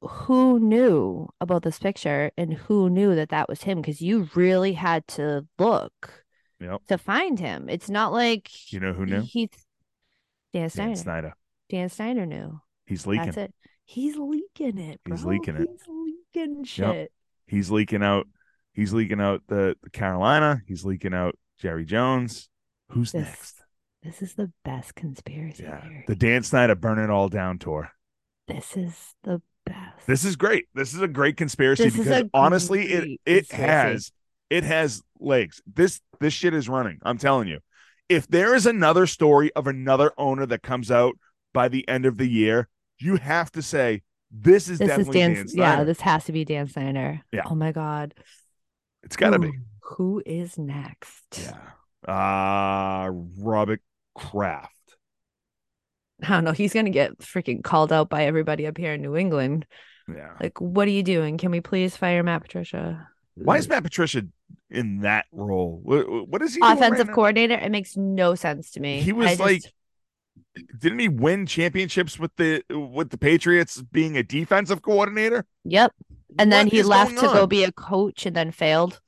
Speaker 1: who knew about this picture and who knew that that was him because you really had to look
Speaker 2: Yep.
Speaker 1: to find him it's not like
Speaker 2: You know who knew?
Speaker 1: He's Dan Snyder.
Speaker 2: Dan Snyder.
Speaker 1: Dan Snyder knew.
Speaker 2: He's leaking.
Speaker 1: That's it. He's leaking it, bro.
Speaker 2: He's leaking it.
Speaker 1: He's leaking shit.
Speaker 2: He's leaking out. He's leaking out the, the Carolina. He's leaking out Jerry Jones. Who's
Speaker 1: This
Speaker 2: next?
Speaker 1: this is the best conspiracy
Speaker 2: Yeah.
Speaker 1: theory.
Speaker 2: The Dan Snyder Burn It All Down tour.
Speaker 1: this is the best.
Speaker 2: This is great. This is a great conspiracy
Speaker 1: This is
Speaker 2: because
Speaker 1: a
Speaker 2: honestly,
Speaker 1: great
Speaker 2: it it
Speaker 1: conspiracy.
Speaker 2: has it has legs. This this shit is running. I'm telling you. If there is another story of another owner that comes out by the end of the year, you have to say this is
Speaker 1: This is
Speaker 2: definitely
Speaker 1: Dan.
Speaker 2: Dan Snyder.
Speaker 1: yeah, this has to be Dan Snyder.
Speaker 2: Yeah.
Speaker 1: Oh my god.
Speaker 2: it's gotta
Speaker 1: Who-
Speaker 2: be.
Speaker 1: Who is next?
Speaker 2: Yeah. Uh Robert Kraft.
Speaker 1: I don't know. He's gonna get freaking called out by everybody up here in New England.
Speaker 2: Yeah.
Speaker 1: Like, what are you doing? Can we please fire Matt Patricia?
Speaker 2: Why is Matt Patricia in that role? What, what is he? doing right
Speaker 1: offensive
Speaker 2: now?
Speaker 1: coordinator? It makes no sense to me.
Speaker 2: He was
Speaker 1: I just-
Speaker 2: like didn't he win championships with the with the Patriots being a defensive coordinator?
Speaker 1: Yep. And then
Speaker 2: What
Speaker 1: he
Speaker 2: is
Speaker 1: left
Speaker 2: going
Speaker 1: to go
Speaker 2: on?
Speaker 1: be a coach and then failed.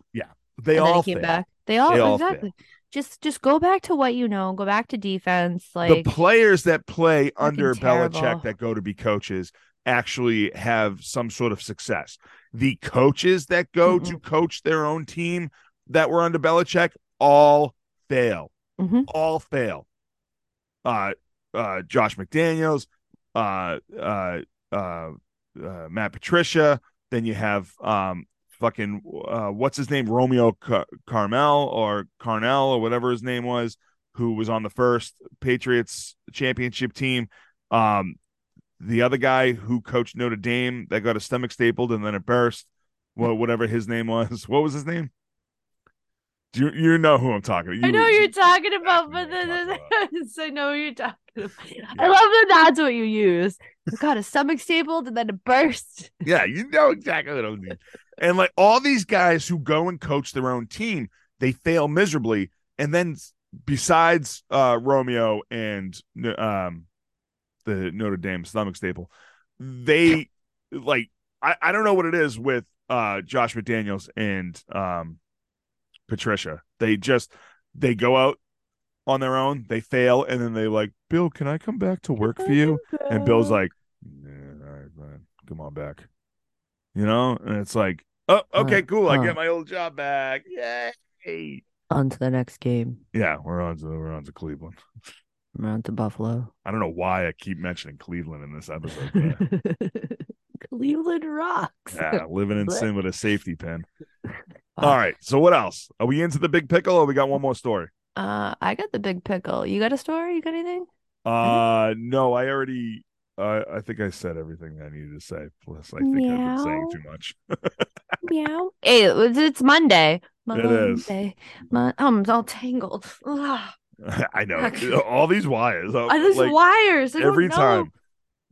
Speaker 2: They
Speaker 1: and
Speaker 2: all
Speaker 1: then he came
Speaker 2: failed.
Speaker 1: back. They all,
Speaker 2: They all
Speaker 1: exactly. Just just go back to what you know. Go back to defense. Like
Speaker 2: the players that play under
Speaker 1: terrible.
Speaker 2: Belichick that go to be coaches actually have some sort of success. The coaches that go to coach their own team that were under Belichick all fail.
Speaker 1: Mhm.
Speaker 2: All fail. Uh uh Josh McDaniels, uh uh uh, uh Matt Patricia, then you have um fucking uh what's his name Romeo Car- Carmel or Carnell or whatever his name was who was on the first Patriots championship team. Um, the other guy who coached Notre Dame that got his stomach stapled and then it burst. Well, whatever his name was. What was his name? Do you, you know who I'm talking about?
Speaker 1: I know
Speaker 2: you-
Speaker 1: you're talking about, but
Speaker 2: exactly
Speaker 1: then
Speaker 2: what I'm
Speaker 1: then- yes, I know what you're talking about. I
Speaker 2: Yeah.
Speaker 1: love that that's what you use. Got his stomach stapled and then it burst.
Speaker 2: Yeah, you know exactly what I mean. And like all these guys who go and coach their own team, they fail miserably. And then s- besides uh Romeo and um the Notre Dame stomach staple, they like I, I don't know what it is with uh Josh McDaniels and um Patricia. They just they go out on their own, they fail, and then they like, Bill, can I come back to work for you? And Bill's like, yeah, all right, fine. Come on back. You know? And it's like, oh, okay, cool. I
Speaker 1: huh.
Speaker 2: get my old job back. Yay.
Speaker 1: on to the next game.
Speaker 2: Yeah, we're on to we're on to Cleveland.
Speaker 1: We're on to Buffalo.
Speaker 2: I don't know why I keep mentioning Cleveland in this episode. but,
Speaker 1: Cleveland rocks.
Speaker 2: yeah, living in
Speaker 1: What?
Speaker 2: sin with a safety pin. All right. So what else? Are we into the big pickle or we got one more story?
Speaker 1: Uh, I got the big pickle. You got a story? You got anything?
Speaker 2: Uh no, I already uh, I think I said everything I needed to say. Plus, I think I've been
Speaker 1: Meow.
Speaker 2: saying too much.
Speaker 1: Meow. Hey, it was- it's Monday.
Speaker 2: It is.
Speaker 1: Monday. Mon- oh, I'm all tangled. Ugh.
Speaker 2: I know all these wires. uh,
Speaker 1: Are these
Speaker 2: like-
Speaker 1: wires? I don't
Speaker 2: every
Speaker 1: know.
Speaker 2: time.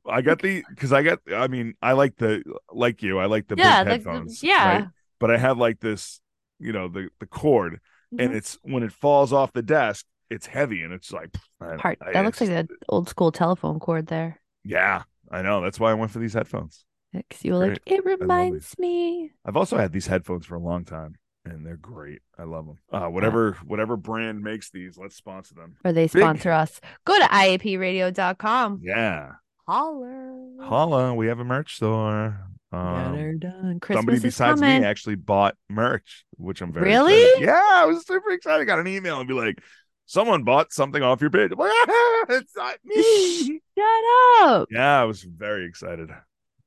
Speaker 2: I got the because I got. I mean, I like the like you. I like the
Speaker 1: yeah,
Speaker 2: big
Speaker 1: like the-
Speaker 2: headphones.
Speaker 1: yeah.
Speaker 2: right? But I have like this, you know, the the cord,
Speaker 1: Mm-hmm.
Speaker 2: and it's when it falls off the desk, it's heavy and it's like I-
Speaker 1: Part
Speaker 2: I-
Speaker 1: that looks like
Speaker 2: it's-
Speaker 1: an old school telephone cord there.
Speaker 2: Yeah, I know. That's why I went for these headphones.
Speaker 1: Because you were like, it reminds me.
Speaker 2: I've also had these headphones for a long time, and they're great. I love them. Uh, whatever whatever brand makes these, let's sponsor them.
Speaker 1: Or they
Speaker 2: Big-
Speaker 1: sponsor us. Go to IAPradio.com.
Speaker 2: Yeah,
Speaker 1: Holler.
Speaker 2: holla! We have a merch store. Um,
Speaker 1: Better done. Christmas
Speaker 2: somebody
Speaker 1: is
Speaker 2: besides
Speaker 1: coming.
Speaker 2: me eh? actually bought merch, which I'm very
Speaker 1: Really?
Speaker 2: excited- Yeah, I was super excited. I got an email and be like, someone bought something off your page. I'm like, "Ah, it's not me.
Speaker 1: Shut up.
Speaker 2: yeah, I was very excited.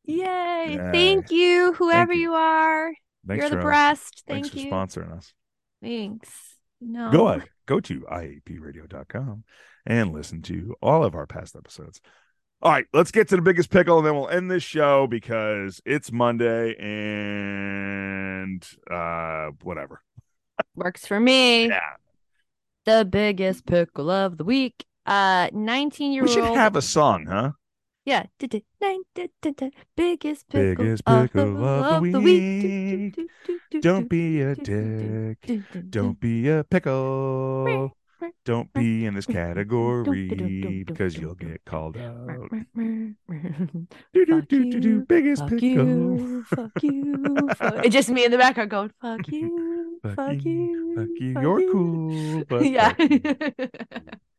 Speaker 1: Yay.
Speaker 2: Yeah.
Speaker 1: Thank you, whoever
Speaker 2: you.
Speaker 1: you. are.
Speaker 2: Thanks
Speaker 1: You're
Speaker 2: for, uh,
Speaker 1: the best.
Speaker 2: thanks
Speaker 1: Thank
Speaker 2: for
Speaker 1: you.
Speaker 2: sponsoring us.
Speaker 1: Thanks. No.
Speaker 2: Go on, go to IAPradio.com and listen to all of our past episodes. All right, let's get to the biggest pickle and then we'll end this show because it's Monday and uh whatever.
Speaker 1: Works for me.
Speaker 2: Yeah.
Speaker 1: The biggest pickle of the week. Uh, 19 year
Speaker 2: We should
Speaker 1: old.
Speaker 2: have a song, huh?
Speaker 1: Yeah. Du- du- nine- du- du- du- Biggest pickle,
Speaker 2: Biggest
Speaker 1: of,
Speaker 2: pickle
Speaker 1: the,
Speaker 2: of the
Speaker 1: of the
Speaker 2: week.
Speaker 1: week. Du- du- du- du- du-
Speaker 2: Don't be a
Speaker 1: do,
Speaker 2: dick.
Speaker 1: du- du- du-
Speaker 2: Don't be a pickle. Don't be in this category because you'll get called out. Do, do,
Speaker 1: Fuck
Speaker 2: do, do, do,
Speaker 1: you.
Speaker 2: biggest
Speaker 1: Fuck
Speaker 2: pickle.
Speaker 1: you. Fuck you. fuck- It's just me in the background going, fuck you.
Speaker 2: Fuck
Speaker 1: Fuck
Speaker 2: you,
Speaker 1: you.
Speaker 2: Fuck you,
Speaker 1: fuck
Speaker 2: you're
Speaker 1: you."
Speaker 2: cool. But
Speaker 1: Yeah.
Speaker 2: fuck you. Do,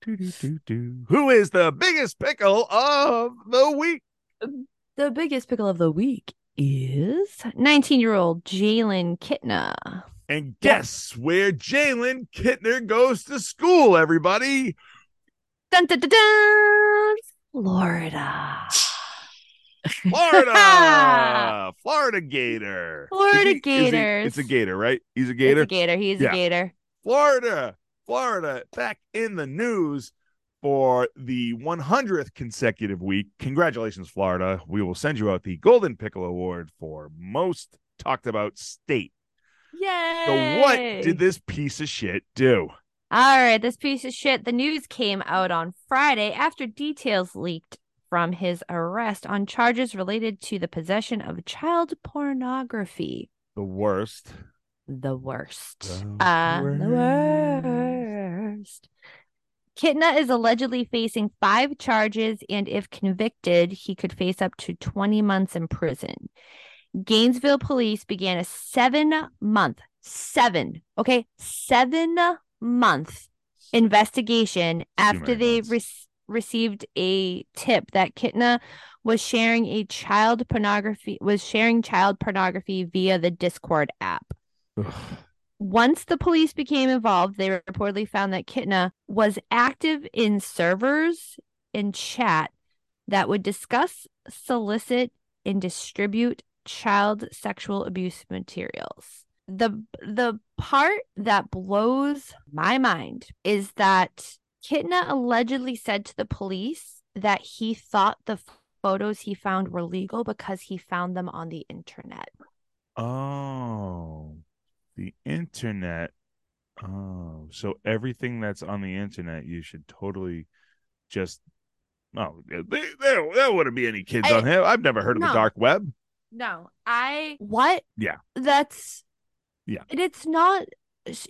Speaker 2: do, do, do. Who is the biggest pickle of the week?
Speaker 1: the biggest pickle of the week is 19 year old Jalen Kitna.
Speaker 2: And guess where Jalen Kittner goes to school, everybody?
Speaker 1: Dun, dun, dun, dun. Florida.
Speaker 2: Florida, Florida Gator.
Speaker 1: Florida
Speaker 2: Is he- is he-
Speaker 1: Gators.
Speaker 2: it's a gator, right? He's a
Speaker 1: He's
Speaker 2: gator.
Speaker 1: a gator. He's
Speaker 2: Yeah.
Speaker 1: a gator.
Speaker 2: Florida, Florida, back in the news for the 100th consecutive week. Congratulations, Florida. We will send you out the Golden Pickle Award for most talked about state.
Speaker 1: Yay.
Speaker 2: So, what did this piece of shit do?
Speaker 1: All right, this piece of shit. The news came out on Friday after details leaked from his arrest on charges related to the possession of child pornography.
Speaker 2: The worst.
Speaker 1: The worst.
Speaker 2: The
Speaker 1: uh, the
Speaker 2: worst.
Speaker 1: worst. Kitna is allegedly facing five charges, and if convicted, he could face up to 20 months in prison. Gainesville police began a seven month, seven, okay, seven month investigation after
Speaker 2: many
Speaker 1: they
Speaker 2: months.
Speaker 1: re- received a tip that Kitna was sharing a child pornography was sharing child pornography via the Discord app. Once the police became involved, they reportedly found that Kitna was active in servers and chat that would discuss, solicit, and distribute child sexual abuse materials. The the part that blows my mind is that Kitna allegedly said to the police that he thought the photos he found were legal because he found them on the internet.
Speaker 2: Oh, the internet. Oh, so everything that's on the internet, you should totally just. Oh, there, there, there wouldn't be any kids
Speaker 1: I-
Speaker 2: on here. I've never heard of the
Speaker 1: No.
Speaker 2: dark web.
Speaker 1: No, I what?
Speaker 2: Yeah.
Speaker 1: That's
Speaker 2: Yeah.
Speaker 1: And it's not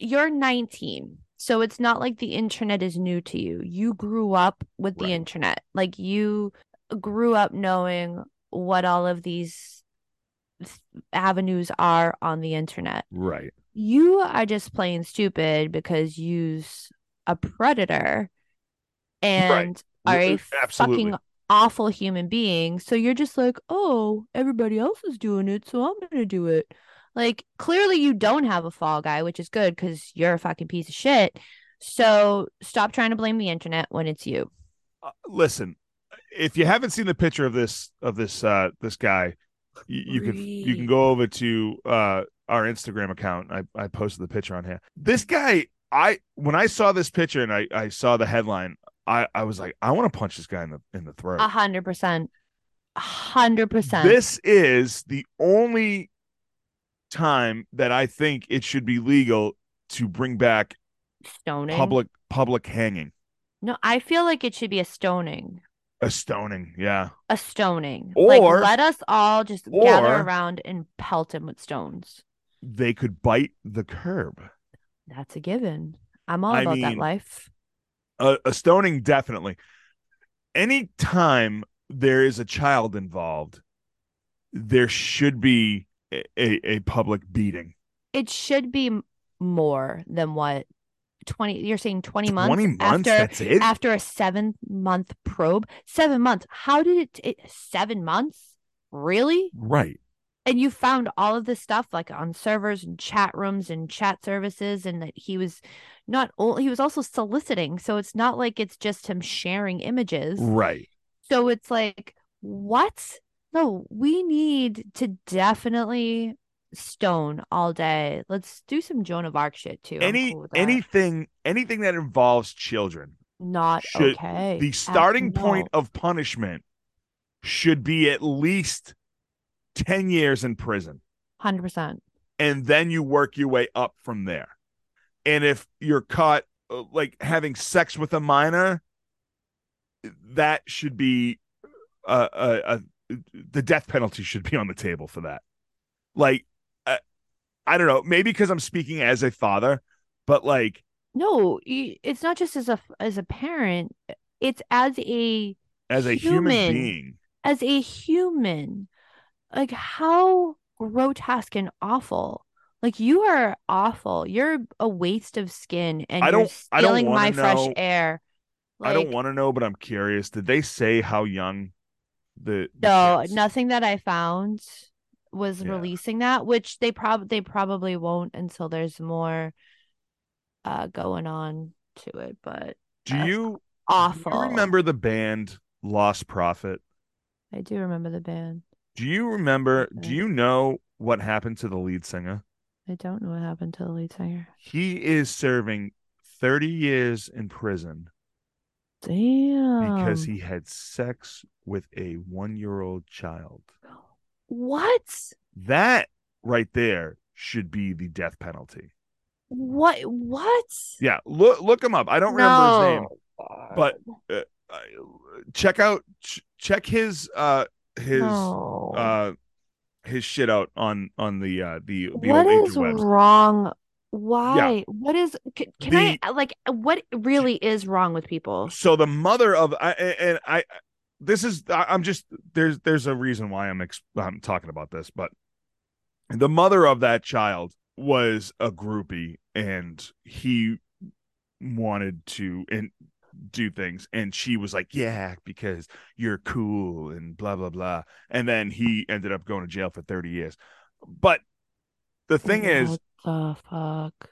Speaker 1: you're 19. So it's not like the internet is new to you. You grew up with the
Speaker 2: Right.
Speaker 1: internet. Like you grew up knowing what all of these th- avenues are on the internet.
Speaker 2: Right.
Speaker 1: You are just plain stupid because you's a predator and are a
Speaker 2: Absolutely.
Speaker 1: fucking awful human being. So you're just like, oh, everybody else is doing it, so I'm gonna do it. Like, clearly you don't have a fall guy, which is good because you're a fucking piece of shit. So stop trying to blame the internet when it's you.
Speaker 2: Uh, listen, if you haven't seen the picture of this of this uh this guy, you, you can you can
Speaker 1: Creep.
Speaker 2: go over to uh our Instagram account. I I posted the picture on here. This guy, I when I saw this picture and I I saw the headline, I I was like, I want to punch this guy in the in the throat.
Speaker 1: A hundred percent. A hundred percent.
Speaker 2: This is the only time that I think it should be legal to bring back
Speaker 1: stoning.
Speaker 2: public public hanging,
Speaker 1: No, I feel like it should be a stoning.
Speaker 2: a stoning. Yeah.
Speaker 1: A stoning. like
Speaker 2: Or-
Speaker 1: let us all just gather
Speaker 2: or-
Speaker 1: around and pelt him with stones.
Speaker 2: They could bite the curb.
Speaker 1: That's a given. I'm all
Speaker 2: I
Speaker 1: about that
Speaker 2: mean,
Speaker 1: life.
Speaker 2: a, a stoning definitely any time there is a child involved there should be a, a, a public beating
Speaker 1: It should be m- more than what 20 you're saying 20 months
Speaker 2: 20 months
Speaker 1: after
Speaker 2: that's it
Speaker 1: after a 7 month probe. 7 months. How did it, it 7 months? Really?
Speaker 2: right
Speaker 1: and you found all of this stuff like on servers and chat rooms and chat services and that he was not only he was also soliciting so it's not like it's just him sharing images
Speaker 2: right
Speaker 1: so it's like what no we need to definitely stone all day let's do some joan of arc shit too I'm
Speaker 2: any
Speaker 1: cool with that.
Speaker 2: anything anything that involves children
Speaker 1: not
Speaker 2: should-
Speaker 1: okay
Speaker 2: the
Speaker 1: Ab-
Speaker 2: starting point
Speaker 1: no.
Speaker 2: of punishment should be at least 10 years in prison
Speaker 1: 100%
Speaker 2: and then you work your way up from there. And if you're caught uh, like having sex with a minor, that should be uh, uh, uh, the death penalty should be on the table for that. Like, uh, I don't know, maybe because I'm speaking as a father, but like,
Speaker 1: no you, it's not just as a as a parent it's as a
Speaker 2: as a
Speaker 1: Human.
Speaker 2: human being,
Speaker 1: as a human like how grotesque and awful like you are awful you're a waste of skin and
Speaker 2: I
Speaker 1: you're
Speaker 2: don't- I don't
Speaker 1: stealing
Speaker 2: wanna
Speaker 1: my fresh
Speaker 2: know-
Speaker 1: air
Speaker 2: I don't
Speaker 1: Like,
Speaker 2: want to know, but I'm curious. Did they say how young the, the
Speaker 1: no
Speaker 2: kids-
Speaker 1: nothing that i found was
Speaker 2: Yeah.
Speaker 1: releasing that which they probably they probably won't until there's more uh going on to it but
Speaker 2: Do you, do
Speaker 1: awful
Speaker 2: you remember the band Lost Prophet?
Speaker 1: i do remember the band
Speaker 2: Do you remember?
Speaker 1: Okay.
Speaker 2: Do you know what happened to the lead singer?
Speaker 1: i don't know what happened to the lead singer
Speaker 2: He is serving 30 years in prison
Speaker 1: damn
Speaker 2: because he had sex with a one year old child.
Speaker 1: what
Speaker 2: That right there should be the death penalty.
Speaker 1: What? What?
Speaker 2: Yeah, look look him up. I don't remember his name. but- Uh, Check out ch- check his uh his
Speaker 1: no.
Speaker 2: uh his shit out on on the uh the the
Speaker 1: what
Speaker 2: old
Speaker 1: is
Speaker 2: interwebs.
Speaker 1: wrong? Why? What is? Can, can I like? What really is wrong with people?
Speaker 2: so the mother of I, a- and I this is I- I'm just there's there's a reason why I'm ex- I'm talking about this but the mother of that child was a groupie and he wanted to and do things and she was like yeah because you're cool and blah blah blah and then he ended up going to jail for 30 years but the thing is
Speaker 1: what the fuck?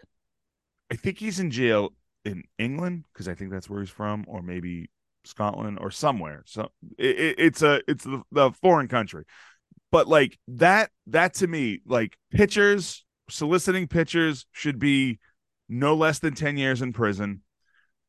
Speaker 2: I think he's in jail in England because I think that's where he's from, or maybe Scotland or somewhere. So it, it, it's a it's the, the foreign country, but like that that to me like pitchers soliciting pitchers should be no less than ten years in prison.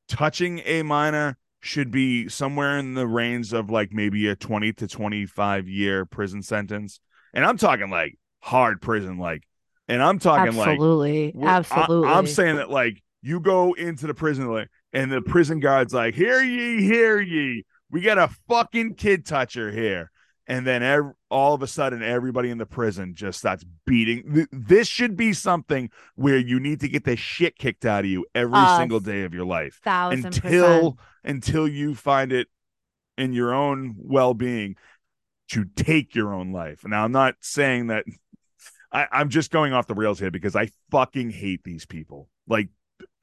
Speaker 2: Touching a minor should be somewhere in the range of like maybe a twenty to twenty five year prison sentence, and I'm talking like hard prison, like, and I'm talking like
Speaker 1: Absolutely,
Speaker 2: we're- I-
Speaker 1: absolutely.
Speaker 2: I'm saying that like you go into the prison like, and the prison guard's like, "Hear ye, hear ye! We got a fucking kid toucher here." And then ev- all of a sudden, everybody in the prison just starts beating. Th- this should be something where you need to get the shit kicked out of you every
Speaker 1: Us.
Speaker 2: single day of your life
Speaker 1: thousand
Speaker 2: until until you find it in your own well-being to take your own life now i'm not saying that I, i'm just going off the rails here because i fucking hate these people like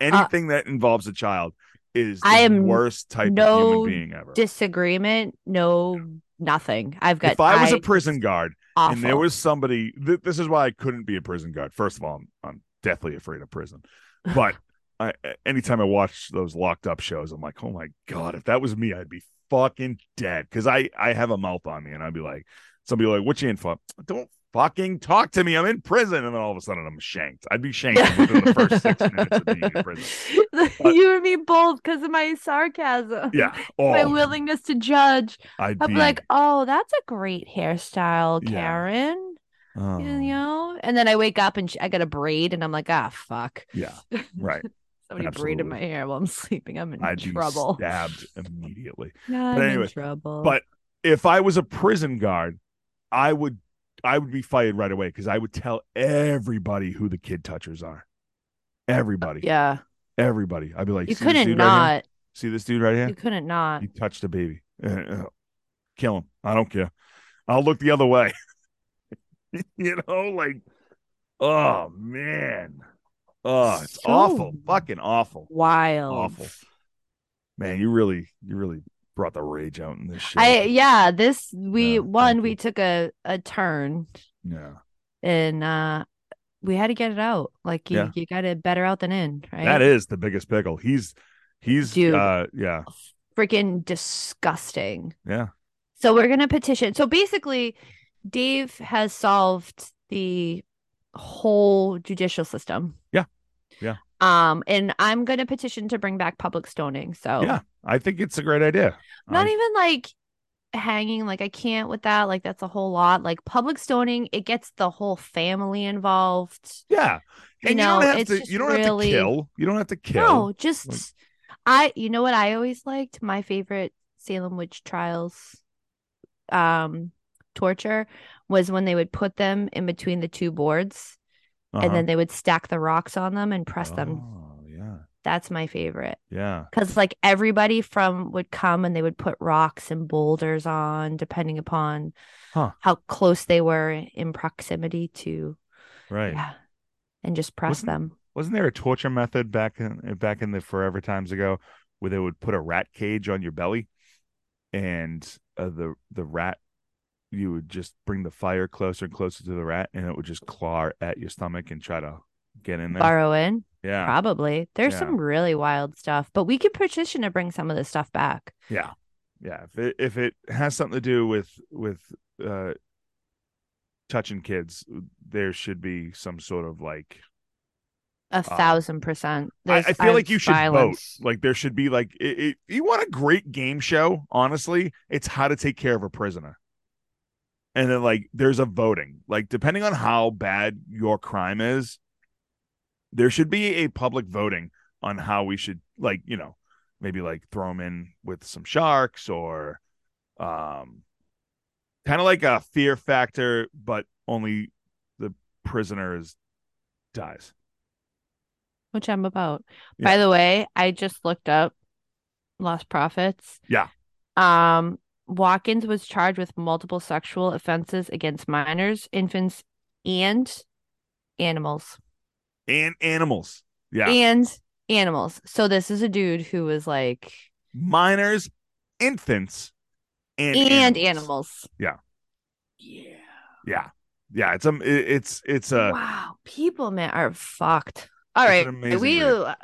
Speaker 2: anything that involves a child is the
Speaker 1: Uh, I am
Speaker 2: worst type
Speaker 1: no
Speaker 2: of human being ever
Speaker 1: percent. disagreement. No, nothing. I've got.
Speaker 2: if i was
Speaker 1: a
Speaker 2: a prison guard
Speaker 1: awful.
Speaker 2: and there was somebody th- this is why i couldn't be a prison guard first of all i'm, I'm deathly afraid of prison but I, anytime i watch those locked up shows i'm like oh my god if that was me i'd be fucking dead because i i have a mouth on me and i'd be like somebody like what you in for don't fucking talk to me i'm in prison and then all of a sudden i'm shanked i'd be shanked within the first six minutes of being in prison But-
Speaker 1: you and me both because of my sarcasm.
Speaker 2: yeah
Speaker 1: My
Speaker 2: oh,
Speaker 1: willingness to judge.
Speaker 2: i'd
Speaker 1: I'd
Speaker 2: be
Speaker 1: be like, oh, that's a great hairstyle,
Speaker 2: Yeah.
Speaker 1: Karen.
Speaker 2: oh,
Speaker 1: You know? And then I wake up and sh- I got a braid and I'm like, ah, fuck.
Speaker 2: yeah right
Speaker 1: Somebody braided
Speaker 2: absolutely.
Speaker 1: my hair while I'm sleeping. I'm in
Speaker 2: i'd
Speaker 1: trouble.
Speaker 2: be stabbed immediately
Speaker 1: I'm
Speaker 2: anyway,
Speaker 1: in trouble.
Speaker 2: but if I was a prison guard, I would I would be fired right away because I would tell everybody who the kid touchers are. Everybody.
Speaker 1: Yeah.
Speaker 2: Everybody. I'd be like,
Speaker 1: You
Speaker 2: "See this
Speaker 1: couldn't
Speaker 2: dude right here?
Speaker 1: not.
Speaker 2: See this dude right here?
Speaker 1: You couldn't not.
Speaker 2: He touched a baby. Uh, uh, Kill him. I don't care. I'll look the other way. you know, like, oh man, oh, it's
Speaker 1: So-
Speaker 2: awful, fucking awful,
Speaker 1: Wild.
Speaker 2: awful. Man, you really, you really brought the rage out in this shit.
Speaker 1: I yeah, this we
Speaker 2: Yeah,
Speaker 1: one
Speaker 2: thank
Speaker 1: we
Speaker 2: you.
Speaker 1: took a a turn
Speaker 2: yeah,
Speaker 1: and uh we had to get it out. Like you
Speaker 2: Yeah.
Speaker 1: you got it better out than in, right?
Speaker 2: that is the biggest pickle. He's, he's,
Speaker 1: Dude.
Speaker 2: uh, yeah,
Speaker 1: freaking disgusting.
Speaker 2: yeah,
Speaker 1: So we're gonna petition. So basically, Dave has solved the whole judicial system.
Speaker 2: Yeah. Yeah.
Speaker 1: Um, and I'm gonna petition to bring back public stoning. So
Speaker 2: yeah. I think it's a great idea.
Speaker 1: not e-,
Speaker 2: I-
Speaker 1: even like hanging like i can't with that like that's a whole lot like public stoning it gets the whole family involved
Speaker 2: Yeah,
Speaker 1: You
Speaker 2: and you,
Speaker 1: know,
Speaker 2: don't have
Speaker 1: it's
Speaker 2: to.
Speaker 1: just
Speaker 2: You don't
Speaker 1: really-
Speaker 2: have to kill. You don't have to kill.
Speaker 1: no just i you know what i always liked my favorite salem witch trials um torture was when they would put them in between the two boards and then they would stack the rocks on them and press them
Speaker 2: Uh-huh. Oh, yeah,
Speaker 1: that's my favorite
Speaker 2: yeah.
Speaker 1: because like everybody from would come and they would put rocks and boulders on depending upon
Speaker 2: Huh.
Speaker 1: how close they were in proximity to
Speaker 2: Right.
Speaker 1: yeah and just press
Speaker 2: Wasn't-
Speaker 1: them
Speaker 2: Wasn't there a torture method back in back in the forever times ago where they would put a rat cage on your belly and uh, the the rat you would just bring the fire closer and closer to the rat and it would just claw at your stomach and try to get in there.
Speaker 1: borrow in
Speaker 2: yeah.
Speaker 1: probably there's
Speaker 2: Yeah.
Speaker 1: some really wild stuff but we could petition to bring some of this stuff back
Speaker 2: Yeah. Yeah. If it if it has something to do with with uh touching kids, there should be some sort of like
Speaker 1: a thousand percent
Speaker 2: I,
Speaker 1: There's-
Speaker 2: I feel like you should
Speaker 1: violence.
Speaker 2: vote. Like there should be like it, it, you want a great game show. Honestly, it's how to take care of a prisoner, and then like there's a voting. Like depending on how bad your crime is, there should be a public voting on how we should like you know maybe like throw them in with some sharks or um kind of like a fear factor, but only the prisoner is dies.
Speaker 1: which i'm about
Speaker 2: Yeah.
Speaker 1: by the way i just looked up lost profits
Speaker 2: Yeah.
Speaker 1: um watkins was charged with multiple sexual offenses against minors infants and animals
Speaker 2: and animals. Yeah.
Speaker 1: and animals so this is a dude who was like
Speaker 2: minors, infants, and,
Speaker 1: and, animals,
Speaker 2: Yeah.
Speaker 1: yeah
Speaker 2: Yeah, yeah. It's um, it, it's it's uh, a
Speaker 1: wow people man are fucked all
Speaker 2: It's
Speaker 1: right
Speaker 2: an amazing
Speaker 1: we
Speaker 2: read.
Speaker 1: uh,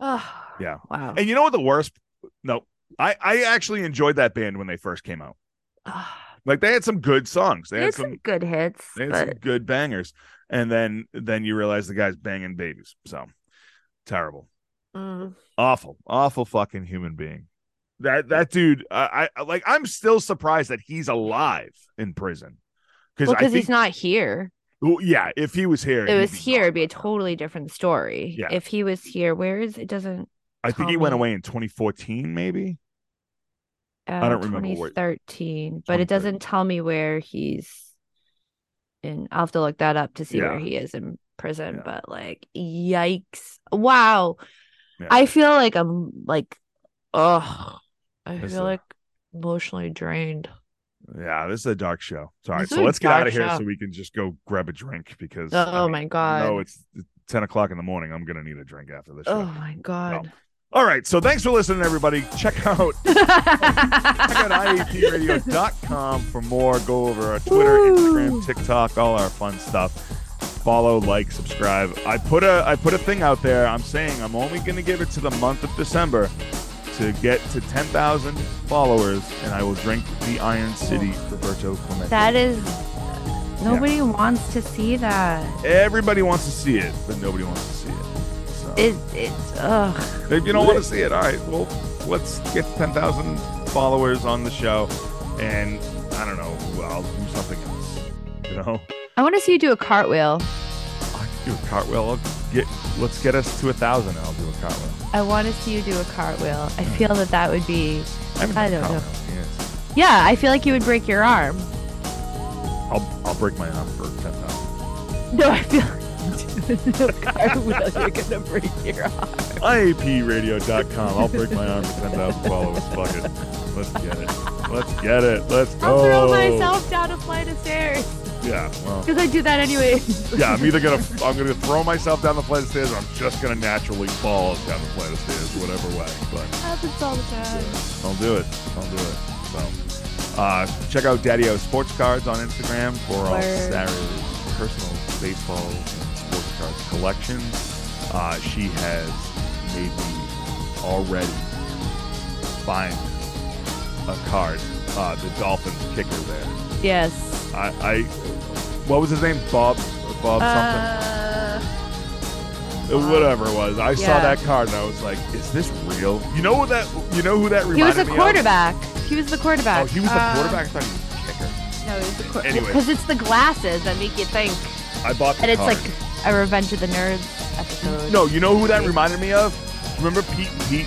Speaker 1: oh
Speaker 2: Yeah.
Speaker 1: wow
Speaker 2: and you know what the worst? No, I I actually enjoyed that band when they first came out.
Speaker 1: Ah,
Speaker 2: Like they had some good songs. They
Speaker 1: they
Speaker 2: had
Speaker 1: had some,
Speaker 2: some
Speaker 1: good hits
Speaker 2: they had
Speaker 1: but
Speaker 2: some good bangers, and then then you realize the guy's banging babies. So terrible,
Speaker 1: mm.
Speaker 2: awful, awful fucking human being. That that dude, I, I like. I'm still surprised that he's alive in prison. Because
Speaker 1: well
Speaker 2: I
Speaker 1: because
Speaker 2: think,
Speaker 1: he's not here
Speaker 2: well, yeah, if he was here,
Speaker 1: it
Speaker 2: he'd
Speaker 1: was
Speaker 2: be
Speaker 1: here
Speaker 2: gone
Speaker 1: it'd be
Speaker 2: by
Speaker 1: a
Speaker 2: now.
Speaker 1: totally different story
Speaker 2: Yeah.
Speaker 1: if he was here where is it doesn't
Speaker 2: I think he went
Speaker 1: Tommy.
Speaker 2: away in 2014, maybe.
Speaker 1: uh,
Speaker 2: don't remember where-
Speaker 1: 2013 but it
Speaker 2: 2013.
Speaker 1: doesn't tell me where he's in i'll have to look that up to see where
Speaker 2: Yeah.
Speaker 1: he is in prison
Speaker 2: Yeah.
Speaker 1: but like yikes wow
Speaker 2: Yeah.
Speaker 1: i feel like i'm like oh i
Speaker 2: That's
Speaker 1: feel
Speaker 2: a-
Speaker 1: like emotionally drained
Speaker 2: Yeah, this is a dark show. Sorry.
Speaker 1: This
Speaker 2: so
Speaker 1: is a
Speaker 2: let's get out
Speaker 1: dark
Speaker 2: of here
Speaker 1: show.
Speaker 2: so we can just go grab a drink because.
Speaker 1: oh
Speaker 2: I mean,
Speaker 1: my god
Speaker 2: No, it's 10 o'clock in the morning. I'm going to need a drink after this
Speaker 1: oh
Speaker 2: show.
Speaker 1: my god
Speaker 2: All right. So thanks for listening, everybody. Check out check out IAPradio.com for more. Go over our Twitter,
Speaker 1: Woo.
Speaker 2: Instagram, TikTok, all our fun stuff. Follow, like, subscribe. I put a I put a thing out there. I'm saying I'm only gonna give it to the month of December to get to 10,000 followers, and I will drink the Iron City Roberto Clemente.
Speaker 1: that is nobody wants to see that
Speaker 2: Everybody wants to see it, but nobody wants to see it. So
Speaker 1: it it's ugh
Speaker 2: if you don't want to see it, all right. Well, let's get 10,000 followers on the show, and I don't know. well, I'll do something else. You know,
Speaker 1: i want to see you do a cartwheel
Speaker 2: I can do a cartwheel. I'll get let's get us to a thousand. And I'll do a cartwheel.
Speaker 1: I want to see you do a cartwheel. I feel that that would be.
Speaker 2: I, haven't
Speaker 1: I
Speaker 2: done a
Speaker 1: don't know.
Speaker 2: cartwheel in years.
Speaker 1: Yeah, I feel like you would break your arm.
Speaker 2: I'll I'll break my arm for 10,000.
Speaker 1: No, I feel. I will. You're gonna break your arm.
Speaker 2: IAPradio.com. I'll break my arm for 10,000 followers. Fuck it. Let's get it. Let's get it. Let's
Speaker 1: I'll
Speaker 2: go.
Speaker 1: throw myself down a flight of stairs
Speaker 2: Yeah. Well,
Speaker 1: because I do that anyway.
Speaker 2: yeah. I'm either gonna I'm gonna throw myself down the flight of stairs, or I'm just gonna naturally fall down the flight of stairs, whatever way. But
Speaker 1: happens all the time.
Speaker 2: I'll do it. I'll do it. So, uh, check out Daddy O Sports Cards on Instagram for all
Speaker 1: Word.
Speaker 2: Sarah's personal baseball and sports cards collection. Uh, she has made me already find a card. Uh, the Dolphins kicker there.
Speaker 1: Yes.
Speaker 2: I, I what was his name? Bob Bob something.
Speaker 1: Uh,
Speaker 2: It was Uh, whatever it was. I saw
Speaker 1: Yeah.
Speaker 2: that card and I was like, is this real? You know what that you know who that reminded
Speaker 1: he was a
Speaker 2: me
Speaker 1: quarterback. He was the
Speaker 2: Of?
Speaker 1: quarterback.
Speaker 2: Oh, he was the
Speaker 1: Um,
Speaker 2: quarterback? I thought he was a kicker.
Speaker 1: No, he was the quarterback.
Speaker 2: Anyway.
Speaker 1: because it's the glasses that make you think,
Speaker 2: I bought the
Speaker 1: and it's
Speaker 2: card.
Speaker 1: like a Revenge of the Nerds episode.
Speaker 2: No, you know who that reminded me of? Remember Pete and Pete?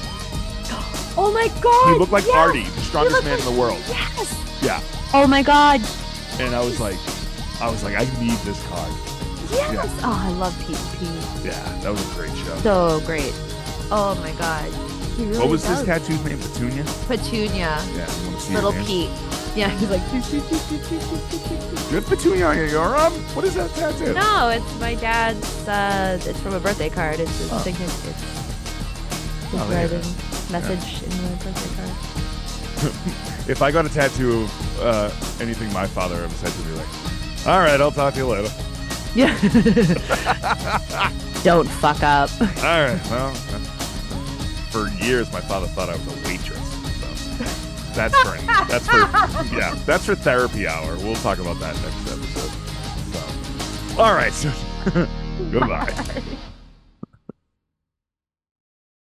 Speaker 1: Oh my god.
Speaker 2: He looked like
Speaker 1: yes!
Speaker 2: Artie, the strongest
Speaker 1: looked
Speaker 2: man in the world.
Speaker 1: Yes.
Speaker 2: Yeah.
Speaker 1: Oh my god.
Speaker 2: And I was like I was like, I need this card.
Speaker 1: Yes. Oh, I love Pete and Pete.
Speaker 2: Yeah, that was a great show.
Speaker 1: So great. Oh my god. He really
Speaker 2: what was this
Speaker 1: does.
Speaker 2: tattoo's name? Petunia?
Speaker 1: Petunia.
Speaker 2: Yeah, I want to see
Speaker 1: Little
Speaker 2: her name.
Speaker 1: Pete. Yeah, he's like. "Toot, toot, toot, toot, toot, toot, toot, toot."
Speaker 2: Good Petunia on your arm? What is that tattoo?
Speaker 1: No, it's my dad's. Uh, it's from a birthday card. It's his
Speaker 2: Oh.
Speaker 1: signature. It's his
Speaker 2: Oh, there you go.
Speaker 1: writing message in the birthday card.
Speaker 2: If I got a tattoo of uh, anything my father ever said to me, like, all right, I'll talk to you later.
Speaker 1: Yeah. Don't fuck up.
Speaker 2: All right, well, uh, for years my father thought I was a waitress. So that's for that's for yeah, that's for therapy hour. We'll talk about that next episode. So, all right, so goodbye.